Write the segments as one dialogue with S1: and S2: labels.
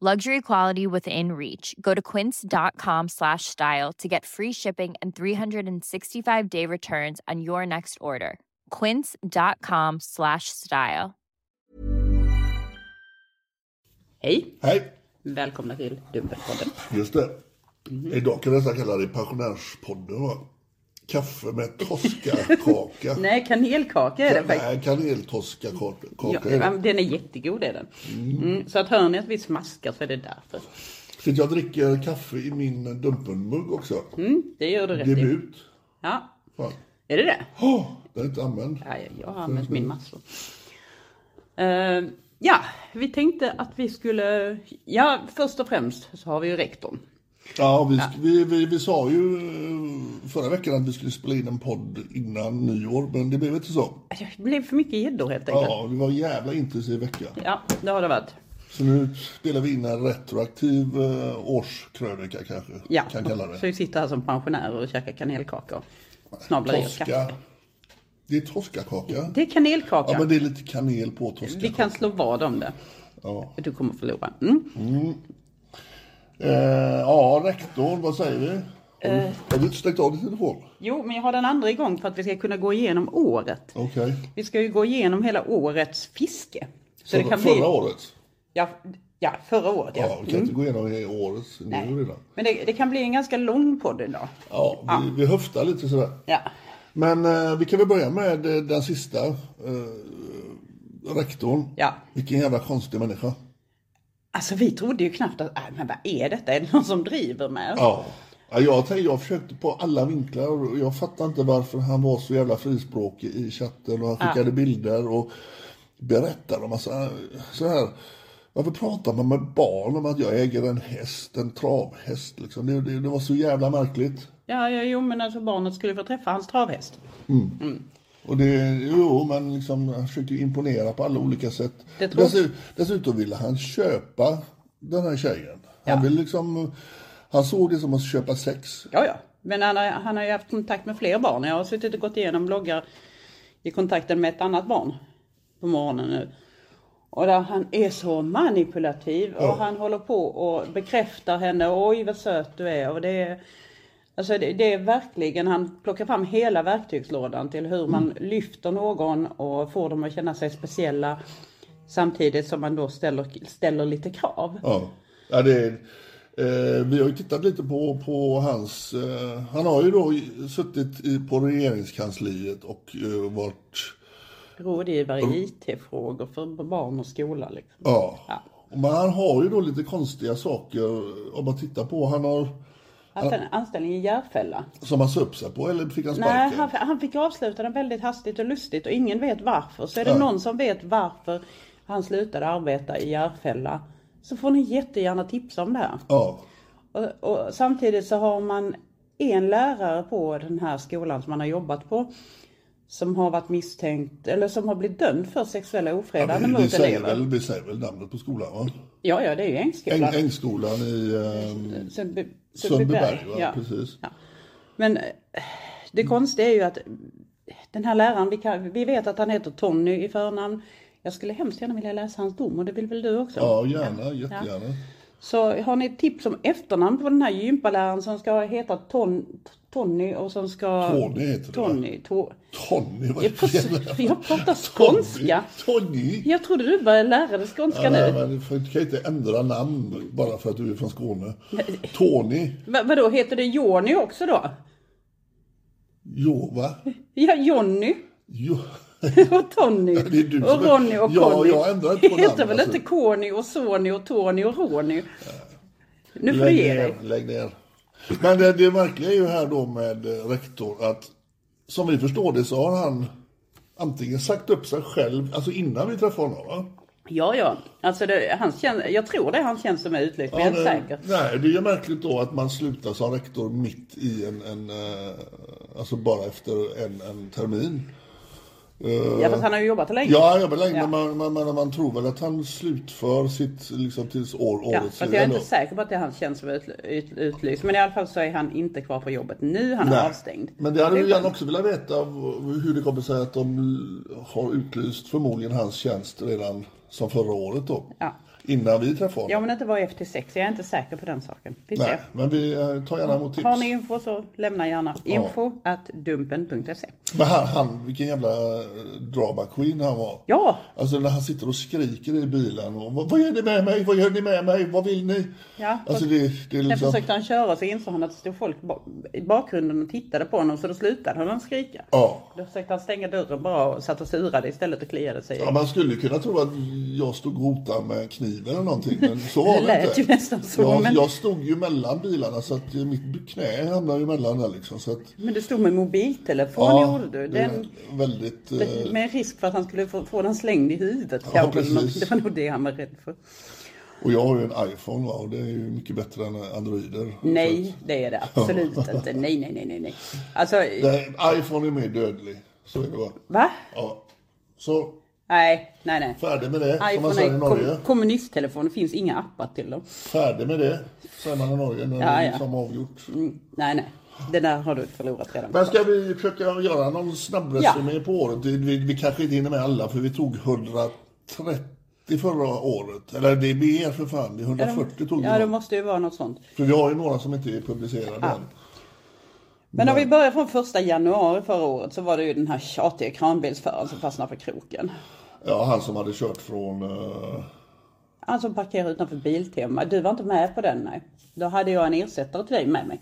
S1: Luxury quality within reach. Go to quince.com slash style to get free shipping and 365 day returns on your next order. Quince.com slash style.
S2: Hej!
S3: Hej,
S2: Välkomna till Dumpelpodden.
S3: just det. Idag kan jag nästan kalla det pensionärspodden va? Kaffe med toskakaka.
S2: Nej, kanelkaka är den faktiskt.
S3: Nej, kaneltoskakaka.
S2: Ja,
S3: Ja,
S2: den är jättegod är den. Mm, så att hör ni att vi smaskar så är det därför.
S3: Så jag dricker kaffe i min Dumpenmugg också.
S2: Mm, det gör du rätt i.
S3: Debut.
S2: Ja,
S3: Fan.
S2: är det det?
S3: Oh, den är inte använd.
S2: Ja, jag- jag har använt min massor. Eh, ja, vi tänkte att vi skulle... Ja, först och främst så har vi ju rektorn.
S3: Ja, vi, vi, vi, vi sa ju eh, förra veckan att vi skulle spela in en podd innan nyår, men det blev inte så.
S2: Alltså, Det blev för mycket gäddor helt enkelt.
S3: Ja, det var en jävla intensiv vecka.
S2: Ja, det har det varit.
S3: Så nu spelar vi in en retroaktiv eh, årskrönika kanske.
S2: Ja,
S3: Kan kalla det.
S2: så vi sitter här som pensionärer och käkar kanelkakor. Snablar i oss kaffe.
S3: Toska. Det är toskakaka.
S2: Det är kanelkaka.
S3: Ja, men det är lite kanel på toska.
S2: Vi kan slå vad om det.
S3: Ja.
S2: Du kommer förlora. Mm.
S3: Eh, ja, rektorn, vad säger vi? Har
S2: Eh.
S3: du- Har du inte stängt av din telefon?
S2: Jo, men jag har den andra igång för att vi ska kunna gå igenom året.
S3: Okej.
S2: Vi ska ju gå igenom hela årets fiske. Så
S3: Förra, förra året?
S2: Ja, ja, förra året. Ja.
S3: Ja, vi kan inte gå igenom i årets nu redan.
S2: Men det, det kan bli en ganska lång podd idag.
S3: Ja, vi, vi höftar lite sådär.
S2: Ja.
S3: Men eh, vi kan väl börja med eh, den sista. Eh, rektorn.
S2: ja.
S3: Vilken jävla konstig människa.
S2: Alltså vi trodde ju knappt att, äh, men vad är detta? Är det någon som driver med oss?
S3: Ja. Ja, Jag, tänkte, jag försökte på alla vinklar och jag fattar inte varför han var så jävla frispråkig i chatten och han skickade bilder och berättade om massa så här. Varför pratar man med barn om att jag äger en häst, en travhäst liksom? Det, det, det var så jävla märkligt.
S2: Ja, ja, jo men alltså barnet skulle få träffa hans travhäst.
S3: Och det, jo, men liksom, han försökte ju imponera på alla olika sätt.
S2: Det tror jag.
S3: Dessut- Dessutom ville han köpa den här tjejen. Han,
S2: Ja.
S3: ville liksom, han såg det som att köpa sex.
S2: Ja, ja. Men han har, han har ju haft kontakt med fler barn. Jag har suttit och gått igenom bloggar i kontakten med ett annat barn på morgonen nu. Och där han är så manipulativ och
S3: Ja.
S2: han håller på och bekräftar henne. Oj vad söt du är. Och det är, alltså det, det är verkligen, han plockar fram hela verktygslådan till hur man
S3: Mm.
S2: lyfter någon och får dem att känna sig speciella. Samtidigt som man då ställer, ställer lite krav.
S3: Ja, ja det är, eh, vi har ju tittat lite på, på hans... Eh, han har ju då suttit i, på regeringskansliet och eh, varit...
S2: Rådgivare
S3: Mm.
S2: i IT-frågor för barn och skola. Liksom.
S3: Ja. Men han har ju då lite konstiga saker om man tittar på. Han har,
S2: Han fick Alltså, en anställning i Järfälla.
S3: som han sa upp sig på, eller fick han
S2: Nej,
S3: sparken?
S2: han, han fick avsluta den väldigt hastigt och lustigt och ingen vet varför. Så är det
S3: Nej.
S2: någon som vet varför han slutade arbeta i Järfälla så får ni jättegärna tipsa om det här.
S3: Ja.
S2: Och, och samtidigt så har man en lärare på den här skolan som han har jobbat på som har varit misstänkt eller som har blivit dömd för sexuella
S3: Ja,
S2: ofredanden
S3: vi, vi,
S2: mot
S3: säger
S2: elever.
S3: väl, vi säger väl namnet på skolan va?
S2: Ja, ja, det är ju Ängskolan.
S3: Äng, Ängskolan i eh,
S2: Sundby- Sundbyberg,
S3: Sundbyberg. Va?
S2: ja.
S3: Precis.
S2: Ja. Men eh,
S3: Mm.
S2: det konstiga är ju att den här läraren, vi, kan, vi vet att han heter Tony i förnamn. Jag skulle hemskt gärna vilja läsa hans dom och det vill väl du också?
S3: Ja, gärna, jättegärna.
S2: Så har ni ett tips om efternamn på den här gympaläraren som ska heta Ton, Tony och som ska...
S3: Tony heter det,
S2: Tony. To,
S3: Tony, vad
S2: jag,
S3: jävla-
S2: pratar, jag pratar skånska.
S3: Tony!
S2: Jag trodde du började lära dig skånska
S3: Ja,
S2: nu.
S3: nej, men du får- du kan ju inte ändra namn bara för att du är från Skåne. Tony,
S2: Va, vadå, heter det Jonny också då?
S3: Jova,
S2: Ja, Jonny
S3: jo.
S2: och Tony
S3: Det är du som
S2: och
S3: är-
S2: Ronny och
S3: Ja,
S2: Conny.
S3: jag ändrar inte på
S2: heter
S3: namn,
S2: väl
S3: alltså.
S2: inte Corny och Sony och Tony och Ronny? Nu får du
S3: Lägg
S2: ge
S3: ner,
S2: dig.
S3: lägg ner. Men det, det verkliga är ju här då med eh, rektor att som vi förstår det så har han antingen sagt upp sig själv, alltså innan vi träffade honom. Va?
S2: Ja, ja. Alltså det, han känns, jag tror det är han känns som är utlyst, men jag är inte
S3: Ja,
S2: säker.
S3: det- Nej, det är ju märkligt då att man slutar som rektor mitt i en, en eh, alltså bara efter en, en termin.
S2: Ja, fast han har ju jobbat länge.
S3: Ja, jag länge,
S2: Ja.
S3: men man, man, man, man tror väl att han slutför sitt, liksom tills år,
S2: Ja,
S3: årets
S2: fast jag är
S3: eller-
S2: inte säker på att det är han känns som ut, ut, utlyst. Men i alla fall så är han inte kvar på jobbet nu. Han är
S3: Nej.
S2: avstängd.
S3: Men det hade vi
S2: är
S3: gärna
S2: skönt.
S3: också velat veta av hur det kommer sig att de har utlyst förmodligen hans tjänst redan som förra året då.
S2: Ja.
S3: Innan vi träffade honom.
S2: Ja, men inte var F-6. Jag är inte säker på den saken. Vi
S3: Nej,
S2: ser.
S3: men vi eh, tar gärna emot tips.
S2: Har ni info så lämna gärna info at dumpen.se.
S3: Men han, han, vilken jävla eh, drama queen han var.
S2: Ja,
S3: Alltså när han sitter och skriker i bilen. Och, vad vad gör ni med mig? Vad gör ni med mig? Vad vill ni?
S2: Ja, och
S3: alltså det, det är
S2: sen
S3: liksom...
S2: försökte han köra så insåg han att det stod folk ba- i bakgrunden och tittade på honom så då slutade han skrika.
S3: Ja.
S2: Då försökte han stänga dörren bara och satt och surade istället och kliade sig.
S3: Ja, man skulle kunna tro att jag stod och hotade med kniven eller någonting, men så var
S2: Det
S3: det,
S2: lät
S3: inte.
S2: ju nästan så,
S3: Jag,
S2: men-
S3: jag stod ju mellan bilarna så att mitt knä hamnade ju mellan där liksom. Så att,
S2: Men du stod med mobiltelefon gjorde du.
S3: det är
S2: Den,
S3: väldigt... eh,
S2: det, med risk för att han skulle få, få den slängd i huvudet
S3: Ja,
S2: kanske. eller
S3: precis.
S2: någonting. Det var nog det han var rädd för.
S3: Och jag har ju en iPhone va, och det är ju mycket bättre än androider. Så
S2: Nej, det är det absolut inte. Nej, nej, nej, nej, nej. Alltså,
S3: att- Nej, iPhone är mer dödlig. Så är det bara.
S2: va?
S3: Ja. Så,
S2: Nej, nej, nej.
S3: färdig med det, som man
S2: iPhone
S3: säger i
S2: är
S3: Norge.
S2: kom, kommunisttelefon, det finns inga appar till dem.
S3: Färdig med det, säger man i Norge när det
S2: Ja,
S3: är
S2: ja.
S3: liksom avgjort.
S2: Nej, nej. Det där har du förlorat redan.
S3: Men ska vi försöka göra någon snabbresumé på året? Vi, vi, vi kanske inte hinner med alla för vi tog 130 förra året. Eller det är mer för fan, det är 140 tog vi.
S2: Ja, det
S3: då.
S2: måste ju vara något sånt.
S3: För vi har ju några som inte är publicerade än.
S2: Men om vi börjar från första januari förra året så var det ju den här tjatiga kranbilsföraren som fastnade på kroken.
S3: Ja, han som hade kört från... eh,
S2: Han som parkerade utanför Biltema. Du var inte med på den, nej. Då hade jag en ersättare till dig med mig.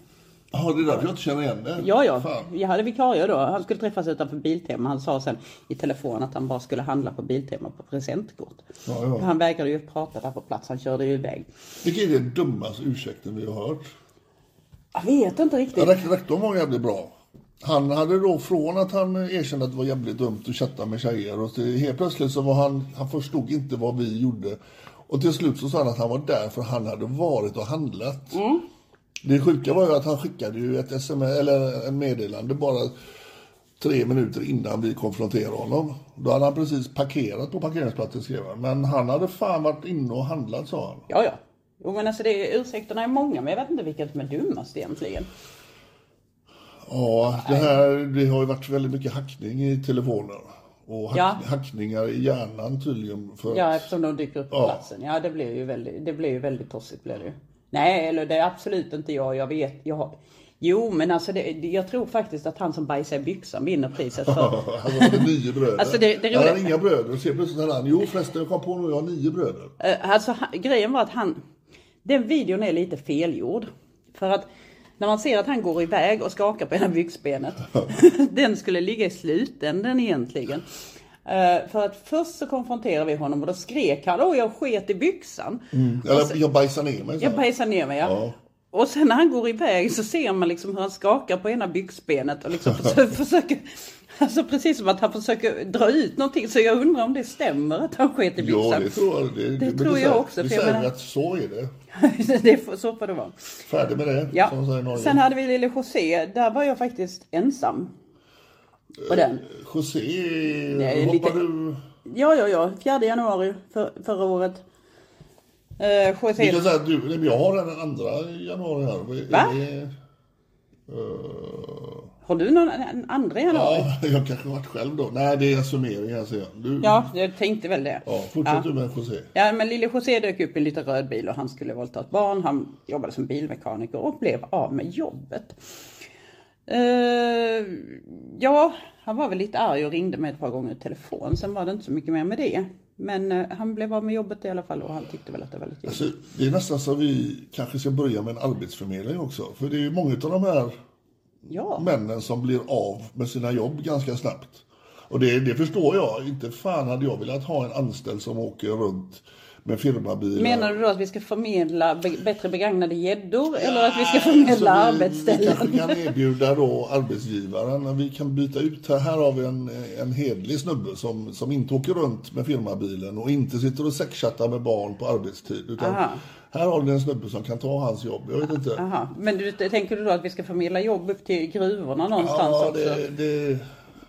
S3: Ja, det är därför jag inte känner igen det.
S2: Ja, ja.
S3: Fan.
S2: Jag hade vikarie då. Han skulle träffas utanför Biltema. Han sa sen i telefon att han bara skulle handla på Biltema på presentkort.
S3: Ja, ja.
S2: Han vägrade ju prata där på plats. Han körde ju iväg.
S3: Vilken är den dummaste ursäkten vi har hört?
S2: Jag vet inte riktigt.
S3: Rek- Rektorn var jävligt bra. Han hade då från att han erkände att det var jävligt dumt att chatta med tjejer och till, helt plötsligt så var han, han förstod inte vad vi gjorde. Och till slut så sa han att han var där för han hade varit och handlat. Det sjuka var ju att han skickade ju ett sms, eller en meddelande bara tre minuter innan vi konfronterade honom. Då hade han precis parkerat på parkeringsplatsen skrev han. Men han hade fan varit inne och handlat sa han.
S2: Ja, ja. Jo, men alltså det, ursäkterna är många, men jag vet inte vilket som är dummast egentligen.
S3: Ja, det här det har ju varit väldigt mycket hackning i telefoner. Och hack,
S2: Ja.
S3: hackningar i hjärnan tydligen. För
S2: Ja,
S3: att,
S2: eftersom de dyker upp på
S3: Ja.
S2: platsen. Ja, det blir ju väldigt, det blir ju väldigt tossigt blir det ju. Nej, eller det är absolut inte jag. Jag vet. Jag har... Jo, men alltså det, det- jag tror faktiskt att han som bajsar i byxan vinner priset för...
S3: han hade nio bröder.
S2: Alltså, det- det är
S3: han hade
S2: roligt.
S3: inga bröder. Ser plötsligt hade han, jo förresten jag kom på nu, jag har nio bröder.
S2: Eh, alltså han, grejen var att han... Den videon är lite felgjord. För att när man ser att han går iväg och skakar på ena byxbenet. den skulle ligga i slutänden egentligen. Eh, för att först så konfronterar vi honom och då skrek han åh jag sket i byxan.
S3: Eller jag bajsade ner mig. sa
S2: Alltså- Jag
S3: han.
S2: bajsar ner mig ja.
S3: Ja.
S2: Och sen när han går iväg så ser man liksom hur han skakar på ena byxbenet och liksom försöker, försöker Alltså precis som att han försöker dra ut någonting så jag undrar om det stämmer att han sket i
S3: Ja,
S2: byxan.
S3: det tror jag. Det, men
S2: liksom. tror jag
S3: säger-
S2: också,
S3: Det
S2: för jag
S3: säger
S2: menar-
S3: att så är det.
S2: det är så får det vara.
S3: Färdig med det,
S2: Ja.
S3: som man säger i Norge.
S2: Sen hade vi lille José, där var jag faktiskt ensam.
S3: Eh.
S2: På den.
S3: José,
S2: Nej,
S3: hoppar
S2: lite-
S3: du...
S2: Ja, ja, ja, 4 januari för, förra året. Eh,
S3: Vi
S2: José,
S3: kan säga att du, nej, men jag har den andra januari här. Är
S2: Va?
S3: det- Eh,
S2: Har du någon en- andra januari?
S3: ja, jag kanske varit själv då. Nej, det är alltså en summering här ser jag. Du,
S2: Ja, jag tänkte väl det.
S3: ja, fortsätt du med José.
S2: Ja, men lille José dök upp i en liten röd bil och han skulle våldta ett barn. Han jobbade som bilmekaniker och blev av med jobbet. Eh, ja, han var väl lite arg och ringde mig ett par gånger i telefon. Sen var det inte så mycket mer med det. Men eh, han blev av med jobbet i alla fall och han tyckte väl att det var lite jobbigt.
S3: Alltså, det är nästan så vi kanske ska börja med en arbetsförmedling också. För det är ju många av de här
S2: Ja,
S3: männen som blir av med sina jobb ganska snabbt. Och det, det förstår jag. Inte fan hade jag velat ha en anställd som åker runt med firmabilar.
S2: menar du då att vi ska förmedla be- bättre begagnade gäddor eller att vi ska förmedla
S3: Alltså, vi- Vi
S2: arbetsställen?
S3: kanske kan erbjuda då arbetsgivaren, vi kan byta ut här, här har vi en, en hedlig snubbe som, som inte åker runt med firmabilen och inte sitter och sexchattar med barn på arbetstid. Utan
S2: Aha.
S3: här har du en snubbe som kan ta hans jobb, jag vet inte.
S2: Aha. Men du, tänker du då att vi ska förmedla jobb upp till gruvorna någonstans
S3: Ja,
S2: också?
S3: det, det,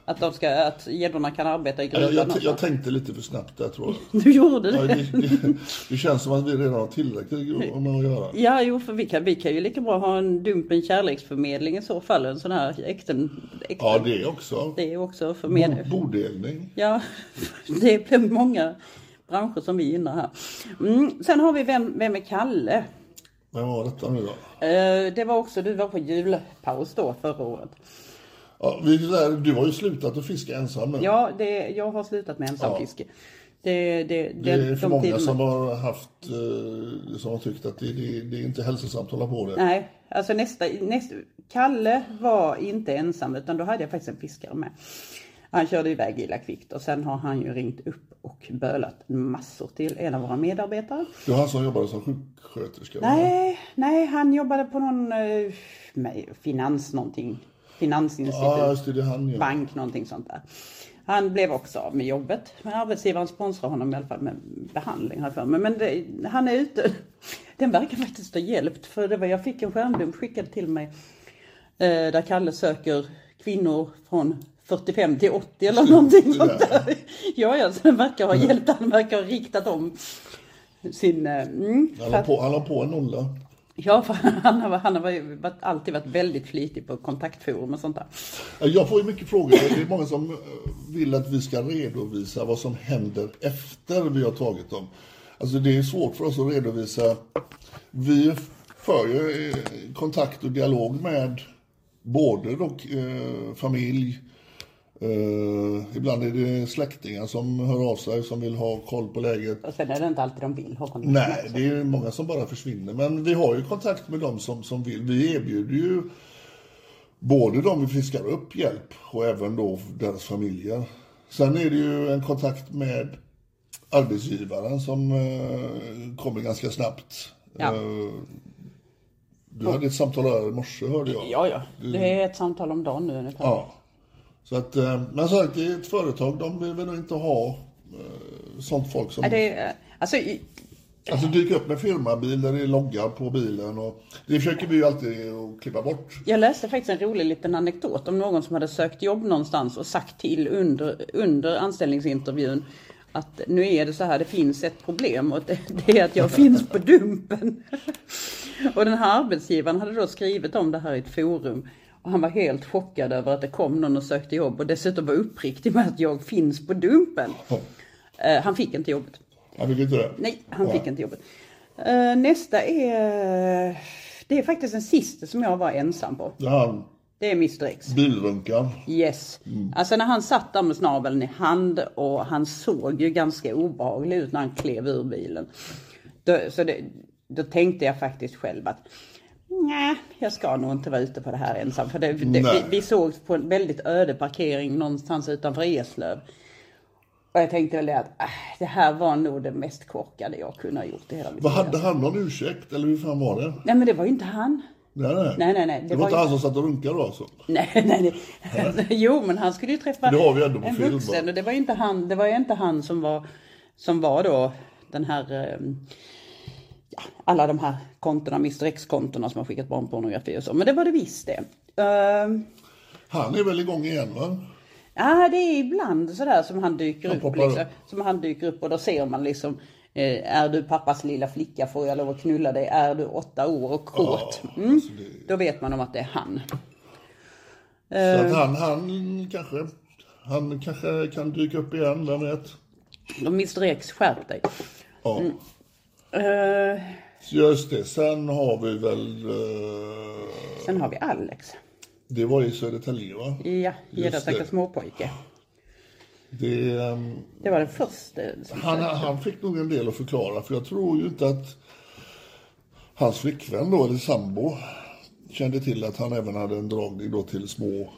S2: Att, de ska, att gäddorna kan arbeta i gruvan
S3: Alltså, jag, jag, jag
S2: också.
S3: tänkte lite för snabbt där tror jag.
S2: Du gjorde
S3: Ja,
S2: det?
S3: det, det, det känns som att vi redan har tillräckligt med att göra.
S2: Ja, jo, för vi kan, vi kan ju lika bra ha en dumpen kärleksförmedling i så fall. En sån här äkten... äkten
S3: Ja, det också.
S2: det är också
S3: Bo-
S2: förmedling.
S3: Bodelning.
S2: Ja, det blir många branscher som vi gynnar här. Mm. Sen har vi Vem, vem är Kalle?
S3: Vem var detta nu då?
S2: Eh, det var också, du var på julpaus då förra året.
S3: Ja, vi, du har ju slutat att fiska ensam nu.
S2: Ja, det, jag har slutat med ensamfiske. Det, det,
S3: Det är
S2: de
S3: för många
S2: tiderna-
S3: som har haft, eh, som har tyckt att det, det, det är inte hälsosamt att hålla på det.
S2: Nej, alltså nästa, nästa... Kalle var inte ensam utan då hade jag faktiskt en fiskare med. Han körde iväg illa kvickt och sen har han ju ringt upp och bölat massor till en av våra medarbetare.
S3: Det var han som jobbade som sjuksköterska.
S2: Nej, nej, han jobbade på någon eh, nej, finans någonting. Finansinstitut.
S3: Ja, just det, det är han ja.
S2: bank, någonting sånt där. Han blev också av med jobbet. Men arbetsgivaren sponsrar honom i alla fall med behandling här för mig. Men det, han är ute. Den verkar faktiskt ha hjälpt. För det var, jag fick en skärmdump skickad till mig. Eh, där Kalle söker kvinnor från 45 till 80 eller någonting sånt där. Ja, ja, så den verkar ha hjälpt. Han verkar ha riktat om sin... eh, Mm,
S3: Han la på, han la på en nolla.
S2: ja, för han har, han har ju varit, alltid varit väldigt flitig på kontaktforum och sånt där.
S3: Jag får ju mycket frågor. Det är många som eh, vill att vi ska redovisa vad som händer efter vi har tagit dem. Alltså det är svårt för oss att redovisa. Vi för ju eh, kontakt och dialog med både dock, eh, familj, eh, ibland är det släktingar som hör av sig som vill ha koll på läget.
S2: Och sen är det inte alltid de vill ha kontakt.
S3: Nej, det är ju många som bara försvinner. Men vi har ju kontakt med dem som, som vill. Vi erbjuder ju både de vi fiskar upp hjälp och även då deras familjer. Sen är det ju en kontakt med arbetsgivaren som eh, kommer ganska snabbt.
S2: Ja.
S3: Eh, du hade ett samtal här i morse hörde jag.
S2: Ja, ja.
S3: Mm.
S2: Det är ett samtal om dagen nu ungefär.
S3: Ja. Så att, eh, men som sagt, det är ett företag. De vill väl inte ha eh, sånt folk som...
S2: Är det, alltså, i-
S3: Alltså dyka upp med firmabil där det är loggar på bilen och det försöker vi ju alltid att klippa bort.
S2: jag läste faktiskt en rolig liten anekdot om någon som hade sökt jobb någonstans och sagt till under, under anställningsintervjun att nu är det så här, det finns ett problem och det, det är att jag finns på Dumpen. Och den här arbetsgivaren hade då skrivit om det här i ett forum och han var helt chockad över att det kom någon och sökte jobb och dessutom var uppriktig med att jag finns på Dumpen. Eh, Han fick inte jobbet.
S3: Han vill inte det.
S2: Nej, han fick inte jobbet. Eh, nästa är... det är faktiskt den sista som jag var ensam på.
S3: Det är han,
S2: Det är Mr X.
S3: bilrunkaren.
S2: Yes.
S3: Mm.
S2: Alltså när han satt där med snabeln i hand och han såg ju ganska obehaglig ut när han klev ur bilen. Då, så det, då tänkte jag faktiskt själv att nej, jag ska nog inte vara ute på det här ensam. För det, det, vi,
S3: Nej.
S2: vi såg på en väldigt öde parkering någonstans utanför Eslöv. Och jag tänkte väl det att äh, det här var nog det mest korkade jag kunde ha gjort i hela mitt
S3: Vad
S2: liv.
S3: hade han någon ursäkt eller hur fan var det?
S2: Nej men det var ju inte han.
S3: Nej, nej.
S2: Nej, nej, nej,
S3: Det,
S2: det
S3: var,
S2: var
S3: inte
S2: ju-
S3: han som satt och runkade då alltså?
S2: Nej, nej, nej. Jo, men han skulle ju träffa
S3: Det har vi ändå på
S2: en
S3: film, va?
S2: vuxen och det var ju inte han, det var ju inte han som var, som var då den här, ehm, ja, alla de här kontona, Mr X-kontona som har skickat barnpornografi och så, men det var det visst det. Ehm,
S3: Han är väl igång igen va?
S2: Ja, det är ibland sådär som han dyker
S3: Han
S2: upp.
S3: poppar
S2: Liksom,
S3: upp.
S2: som han dyker upp och då ser man liksom Eh, är du pappas lilla flicka får jag lov att knulla dig. Är du åtta år och kåt? Mm.
S3: Alltså det,
S2: Då vet man om att det är han. Eh.
S3: så att han, han kanske, han kanske kan dyka upp igen, vem vet?
S2: De Mr X, skärp dig. Mm.
S3: Ja.
S2: Eh,
S3: Så Just det, sen har vi väl, eh,
S2: sen har vi Alex.
S3: det var i Södertälje va?
S2: Ja,
S3: det.
S2: gäddsäkra småpojke.
S3: Det, ehm,
S2: Det var den första. som-
S3: han, han fick nog en del att förklara för jag tror ju inte att hans flickvän då, eller sambo, kände till att han även hade en dragning då till små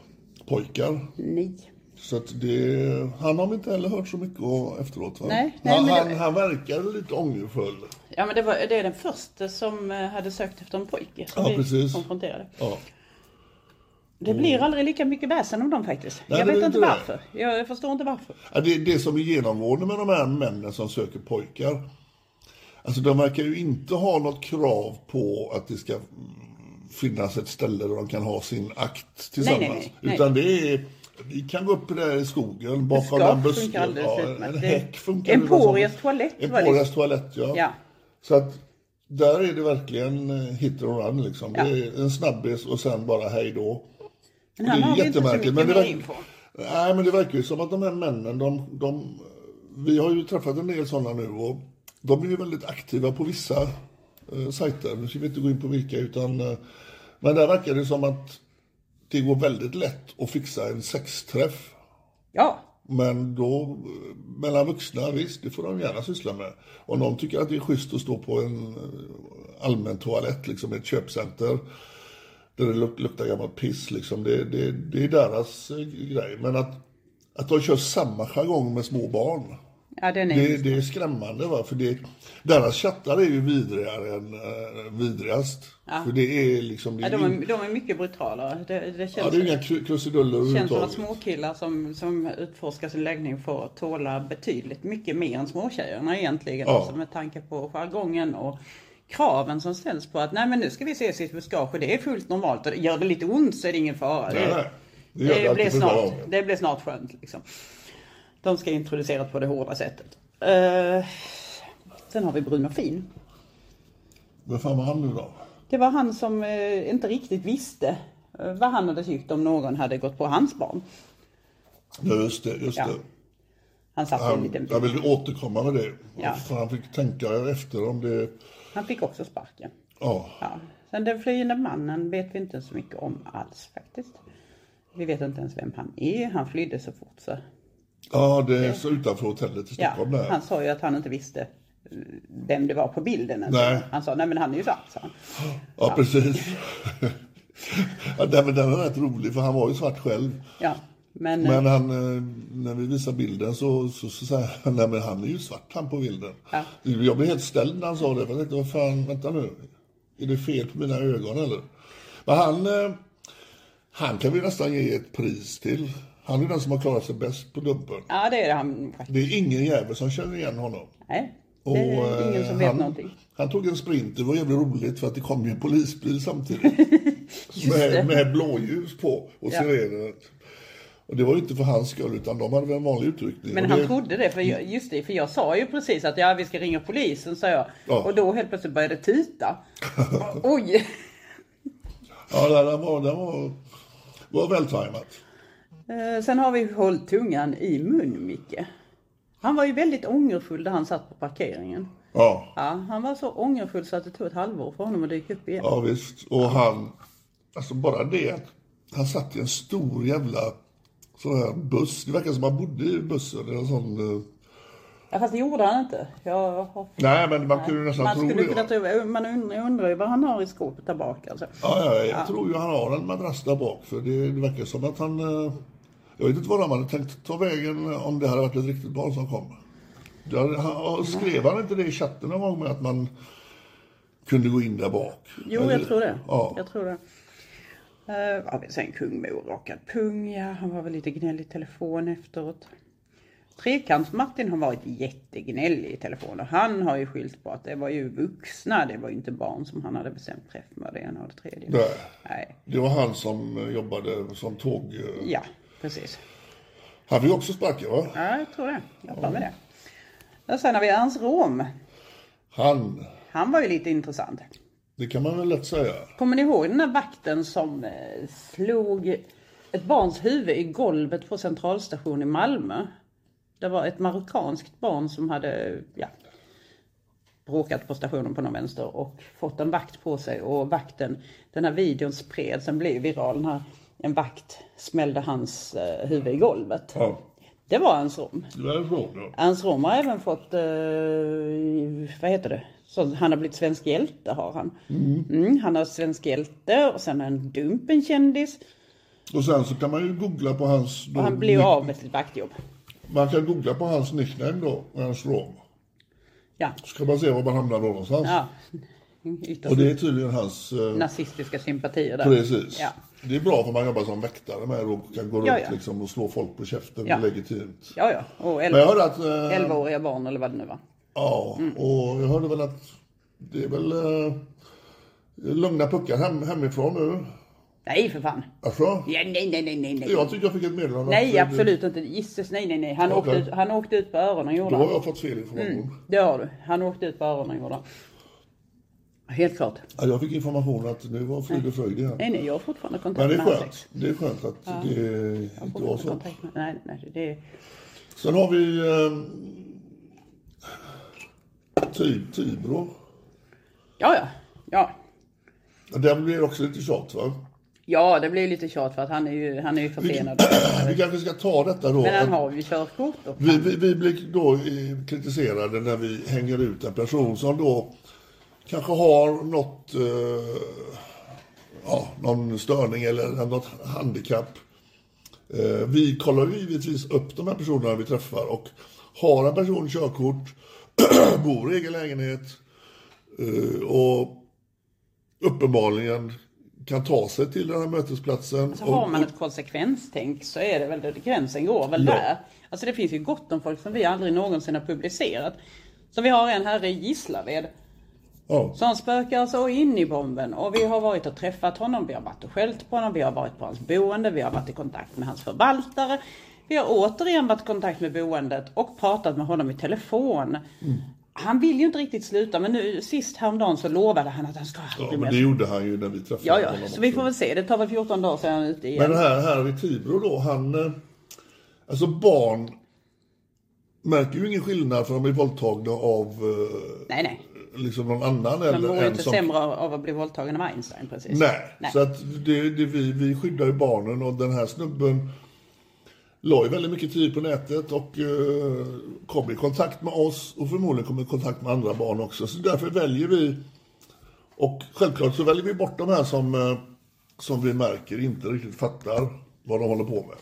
S3: pojkar.
S2: Nej.
S3: Så att det, han har vi inte heller hört så mycket av efteråt. Va?
S2: Nej, nej,
S3: han,
S2: men det-
S3: han, han verkade lite ångerfull.
S2: Ja men det, var, det är den första som eh, hade sökt efter en pojke som
S3: Ja,
S2: vi
S3: precis.
S2: konfronterade.
S3: Ja.
S2: Det blir aldrig lika mycket väsen om dem faktiskt.
S3: Nej,
S2: jag
S3: det
S2: vet
S3: är
S2: inte
S3: inte det.
S2: varför. Jag förstår inte varför.
S3: Ja, Det, det som är genomgående med de här männen som söker pojkar, alltså de verkar ju inte ha något krav på att det ska mm, finnas ett ställe där de kan ha sin akt tillsammans.
S2: nej, nej.
S3: Utan det är, vi kan gå upp där i skogen, bakom
S2: Skap
S3: den busken.
S2: funkar alldeles
S3: Ja,
S2: utmärkt.
S3: en
S2: Det-
S3: häck funkar.
S2: Emporias toalett var det.
S3: Emporias toalett, ja.
S2: Ja.
S3: Så att där är det verkligen eh, hit and run liksom. Det är en snabbis och sen bara hej då.
S2: Men
S3: Det
S2: han har
S3: är
S2: vi inte så
S3: jättemärkligt.
S2: mycket
S3: Men det,
S2: mer info.
S3: verkar, nej, men det verkar ju som att de här männen, de, de, vi har ju träffat en del sådana nu och de är ju väldigt aktiva på vissa eh, sajter. Nu ska vi inte gå in på vilka utan, eh, men där verkar det som att det går väldigt lätt att fixa en sexträff.
S2: Ja,
S3: Men då, eh, mellan vuxna, visst, det får de gärna syssla med. Om någon tycker att det är schysst att stå på en eh, allmän toalett, liksom ett köpcenter, där det luk- luktar gammalt piss, liksom, det, det, det är deras eh, grej. Men att, att de kör samma jargong med små barn,
S2: ja den är
S3: det, det är skrämmande. Va? För det, deras chattar är ju vidrigare än eh, vidrigast. För det är liksom... Det
S2: ja,
S3: är,
S2: de,
S3: in-
S2: är, de är mycket brutalare. Det, det känns,
S3: ja, det är inga kru- krusiduller
S2: känns som att
S3: överhuvudtaget.
S2: småkillar som, som utforskar sin läggning får tåla betydligt mycket mer än småtjejerna egentligen.
S3: Ja.
S2: Alltså med tanke på jargongen och kraven som ställs på att nej men nu ska vi ses i ett buskage och det är fullt normalt. Och gör det lite ont så är det ingen fara.
S3: Nej,
S2: det,
S3: nej. Det gör
S2: Det,
S3: alltid
S2: blir
S3: för
S2: snart,
S3: barn.
S2: det blir snart skönt. Liksom. De ska introduceras på det hårda sättet. Eh, sen har vi Bruno Fin.
S3: Vem fan var han nu då?
S2: Det var han som eh, inte riktigt visste eh, vad han hade tyckt om någon hade gått på hans barn.
S3: Ja, just det. Just
S2: Ja.
S3: det.
S2: Han satt i en liten
S3: Han, jag
S2: bil.
S3: vill återkomma med det.
S2: Ja.
S3: För han fick tänka efter om det...
S2: Han fick också sparken.
S3: Ja,
S2: Ja. Sen den flyende mannen vet vi inte så mycket om alls faktiskt. Vi vet inte ens vem han är. Han flydde så fort så.
S3: ja det är så utanför hotellet i
S2: Ja,
S3: Stockholm där.
S2: han sa ju att han inte visste eh, vem det var på bilden. ens.
S3: Nej.
S2: Han sa, nej men han är ju svart, sa han.
S3: Ja, precis. ja, den, men den är rätt rolig för han var ju svart själv.
S2: Ja, men, eh,
S3: Men han, eh, när vi visar bilden så, så, så säger han, nej men han är ju svart han på bilden.
S2: Ja.
S3: Jag blev helt ställd när han sa det, för jag tänkte, vad fan, vänta nu. Är det fel på mina ögon eller? Men han, eh, han kan vi nästan ge ett pris till. Han är den som har klarat sig bäst på dumpen.
S2: ja det är det han faktiskt.
S3: Det är ingen jävel som känner igen honom.
S2: Nej, det är
S3: Och,
S2: ingen
S3: eh,
S2: som vet
S3: han,
S2: någonting.
S3: Han tog en sprint, det var jävligt roligt för att det kom ju en polisbil samtidigt. med, med blåljus på och
S2: Ja.
S3: sirener. Och det var ju inte för hans skull utan de hade väl en vanlig utryckning.
S2: Men
S3: och
S2: han
S3: det,
S2: trodde det, för jag, just det, för jag sa ju precis att ja, vi ska ringa polisen, sa jag.
S3: Ja.
S2: Och då helt plötsligt började det tuta. Och, Oj!
S3: Ja, det där var, det var, var vältajmat.
S2: Eh, Sen har vi Håll tungan i mun, Micke. Han var ju väldigt ångerfull där han satt på parkeringen.
S3: Ja,
S2: Ja, han var så ångerfull så att det tog ett halvår för honom att dyka upp igen.
S3: ja visst. Och han, alltså bara det att han satt i en stor jävla sån här buss. Det verkar som han bodde i bussen. Eller sån, eh,
S2: Ja, fast det gjorde han inte. Jag har...
S3: nej, men man kunde ju nästan
S2: Man,
S3: tro
S2: skulle
S3: det.
S2: kunna tro, man undrar, undrar ju vad han har i skåpet där bak. Alltså.
S3: Ja, ja, jag tror ju han har en madrass där bak för det, det verkar som att han... eh, Jag vet inte var han hade tänkt ta vägen om det hade varit ett riktigt barn som kom. Det hade- han, skrev han inte det i chatten någon gång med att man kunde gå in där bak?
S2: Jo,
S3: Eller-
S2: jag tror det.
S3: Ja.
S2: Jag tror det. Uh, ja, men sen kung med orakad pung, ja. Han var väl lite gnällig i telefon efteråt. Trekants-Martin har varit jättegnällig i telefon och han har ju skyllt på att det var ju vuxna, det var ju inte barn som han hade bestämt träff med det ena och det tredje.
S3: Nej.
S2: Nej.
S3: Det var han som eh, jobbade som tåg... eh,
S2: Ja, precis.
S3: Han fick också sparken va?
S2: Ja, jag tror det. Jag har för mig det. Och sen har vi Ernst Rom.
S3: Han,
S2: Han var ju lite intressant.
S3: det kan man väl lätt säga.
S2: Kommer ni ihåg den där vakten som eh, slog ett barns huvud i golvet på centralstation i Malmö? Det var ett marockanskt barn som hade ja, bråkat på stationen på någon vänster och fått en vakt på sig och vakten, den här videon spreds, den blev viral när en vakt smällde hans eh, huvud i golvet.
S3: Ja,
S2: Det var hans rom.
S3: det är frågan.
S2: Hans rom har även fått, eh, vad heter det, så han har blivit svensk hjälte har han. Mm, han har svensk hjälte och sen är han dumpen kändis.
S3: Och sen så kan man ju googla på hans... Då,
S2: Och han blev av med sitt vaktjobb.
S3: Man kan googla på hans nickname då, och hans rom.
S2: Ja,
S3: Så kan man se var man hamnar då någonstans.
S2: ja. Ytterst
S3: Och det är tydligen hans... Eh,
S2: nazistiska sympatier där.
S3: precis.
S2: Ja.
S3: Det är bra för man jobbar som väktare med och kan gå
S2: Ja,
S3: runt
S2: ja.
S3: Liksom, och slå folk på käften
S2: Ja.
S3: legitimt.
S2: ja, ja. Och
S3: Men jag
S2: elva- Mm.
S3: hörde att... eh,
S2: 11-åriga barn eller vad det nu var.
S3: Ja, och jag hörde väl att det är väl eh, lugna puckar hem, hemifrån nu.
S2: Nej för fan.
S3: Alltså,
S2: Ja, nej, nej, nej, nej, nej.
S3: jag tyckte jag fick ett meddelande.
S2: Nej,
S3: att- eh,
S2: absolut inte. Gisses, nej, nej, nej. Han,
S3: Okej.
S2: åkte ut, han åkte ut på öronen gjorde
S3: Då
S2: han.
S3: har jag fått fel information.
S2: Det har du. Han åkte ut på öronen gjorde han. Helt klart.
S3: Ja, jag fick information att nu var frid och fröjd igen.
S2: Nej, nej, jag har fortfarande kontakt
S3: Men det
S2: med
S3: är
S2: hans ex.
S3: skönt. Det är skönt att det inte var
S2: Fortfarande
S3: så.
S2: kontakt med- Nej, nej, det är...
S3: Sen har vi eh, Ty- Tibro.
S2: Ja, ja. Ja,
S3: Ja, Där blir det också lite tjat va?
S2: ja det blir ju lite tjat för att han är ju, han är ju försenad.
S3: Vi kanske ska ta detta då.
S2: Men han
S3: att-
S2: har ju körkort och
S3: Vi, vi, vi blir då eh, kritiserade när vi hänger ut en person som då kanske har något, eh, ja, någon störning eller något handikapp. Eh, vi kollar ju givetvis upp de här personerna vi träffar och har en person körkort, bor i egen lägenhet eh, och uppenbarligen kan ta sig till den här mötesplatsen.
S2: så
S3: och,
S2: har man ett konsekvenstänk så är det väl, det- gränsen går väl
S3: Ja.
S2: där. Alltså det finns ju gott om folk som vi aldrig någonsin har publicerat. Så vi har en herre i Gislaved
S3: ja.
S2: som spökar så in i bomben och vi har varit och träffat honom, vi har varit och skällt på honom, vi har varit på hans boende, vi har varit i kontakt med hans förvaltare. Vi har återigen varit i kontakt med boendet och pratat med honom i telefon.
S3: Mm.
S2: Han vill ju inte riktigt sluta men nu sist häromdagen så lovade han att han ska
S3: ja,
S2: bli
S3: men
S2: med.
S3: det gjorde han ju när vi träffade
S2: Ja, ja,
S3: honom
S2: så vi
S3: också.
S2: får väl se. Det tar väl 14 dagar sedan han är ute igen.
S3: Men den här, här i Tibro då, han... eh, Alltså barn märker ju ingen skillnad för de är våldtagna av eh,
S2: Nej, nej.
S3: liksom någon annan
S2: Man
S3: eller
S2: mår ju inte
S3: som...
S2: sämre av av att bli våldtagen av Einstein precis.
S3: Nej,
S2: Nej.
S3: så att det, det, vi, vi skyddar ju barnen och den här snubben la ju väldigt mycket tid på nätet och eh, kom i kontakt med oss och förmodligen kom i kontakt med andra barn också. Så därför väljer vi och självklart så väljer vi bort de här som, eh, som vi märker inte riktigt fattar vad de håller på med.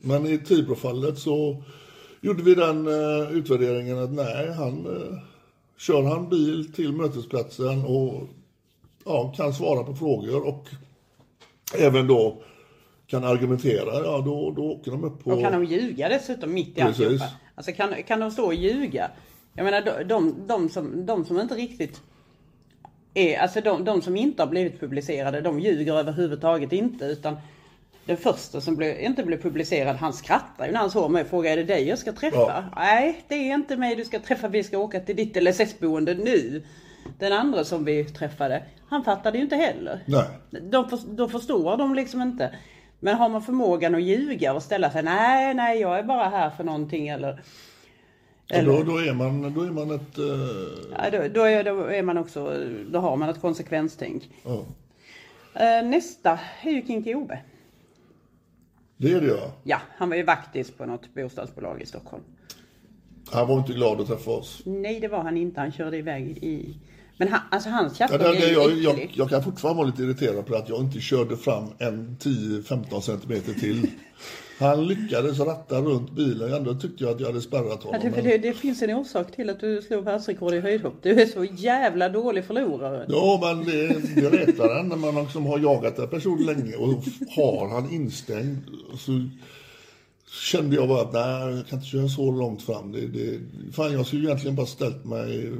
S3: Men i Tibrofallet så gjorde vi den eh, utvärderingen att nej, han eh, kör han bil till mötesplatsen och ja, kan svara på frågor och även då kan argumentera, ja då, då åker de upp på...
S2: Och kan de ljuga dessutom mitt i
S3: Precis.
S2: alltihopa? Alltså kan, kan de stå och ljuga? Jag menar de, de, de, som, de som inte riktigt är, alltså de, de som inte har blivit publicerade, de ljuger överhuvudtaget inte utan den första som blev, inte blev publicerad, han skrattar ju när han såg mig och frågade är det dig jag ska träffa?
S3: Ja.
S2: Nej, det är inte mig du ska träffa, vi ska åka till ditt LSS-boende nu. Den andra som vi träffade, han fattade ju inte heller.
S3: Nej.
S2: De, för- då förstår de liksom inte. Men har man förmågan att ljuga och ställa sig, nej, nej, jag är bara här för någonting eller...
S3: Och Då, då, är man, då är man ett... Eh,
S2: Ja, då, då, är, då är man också, då har man ett konsekvenstänk.
S3: ja.
S2: Eh, nästa är ju Kinki Obe.
S3: Det är det ja.
S2: Ja, han var ju vaktis på något bostadsbolag i Stockholm.
S3: Han var inte glad att träffa oss.
S2: Nej, det var han inte. Han körde iväg i... Men han, alltså hans
S3: Ja,
S2: chattade
S3: det, det, jag,
S2: äcklig.
S3: jag, jag kan fortfarande vara lite irriterad på att jag inte körde fram en 10-15 centimeter till. Han lyckades ratta runt bilen, ändå tyckte jag att jag hade spärrat
S2: Ja,
S3: honom.
S2: det, för
S3: men-
S2: det, det finns en orsak till att du slog världsrekord i höjdhopp. Du är så jävla dålig förlorare.
S3: Ja, men eh, det, det retar en när man liksom har jagat en person länge och har han instängd så kände jag bara att nej, jag kan inte köra så långt fram. Det, det, fan, jag skulle ju egentligen bara ställt mig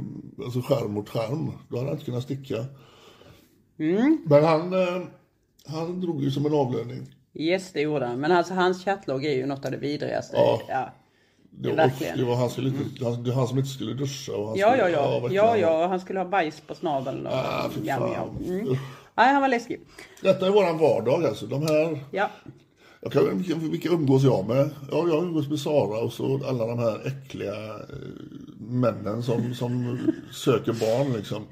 S3: alltså, skärm mot skärm. Då hade jag inte kunnat sticka.
S2: Mm.
S3: Men han, eh, han drog ju som en avlöning.
S2: Yes, det gjorde han. Men alltså hans chattlogg är ju något av det vidrigaste.
S3: Ja. Det var,
S2: Verkligen. Mm.
S3: det var han, skulle inte, han, det var han som inte skulle duscha. Och han
S2: Ja, ja,
S3: skulle,
S2: ja.
S3: vad
S2: ja,
S3: heter han?
S2: ja. Han skulle ha bajs på snaveln. Och,
S3: Ah, fy
S2: ja, ja.
S3: fan.
S2: Mm. Nej, han var läskig.
S3: Detta är våran vardag alltså. De här,
S2: Ja.
S3: jag kan, vilka, vilka umgås jag med? Ja, jag umgås med Sara och så alla de här äckliga eh, männen som, som söker barn liksom.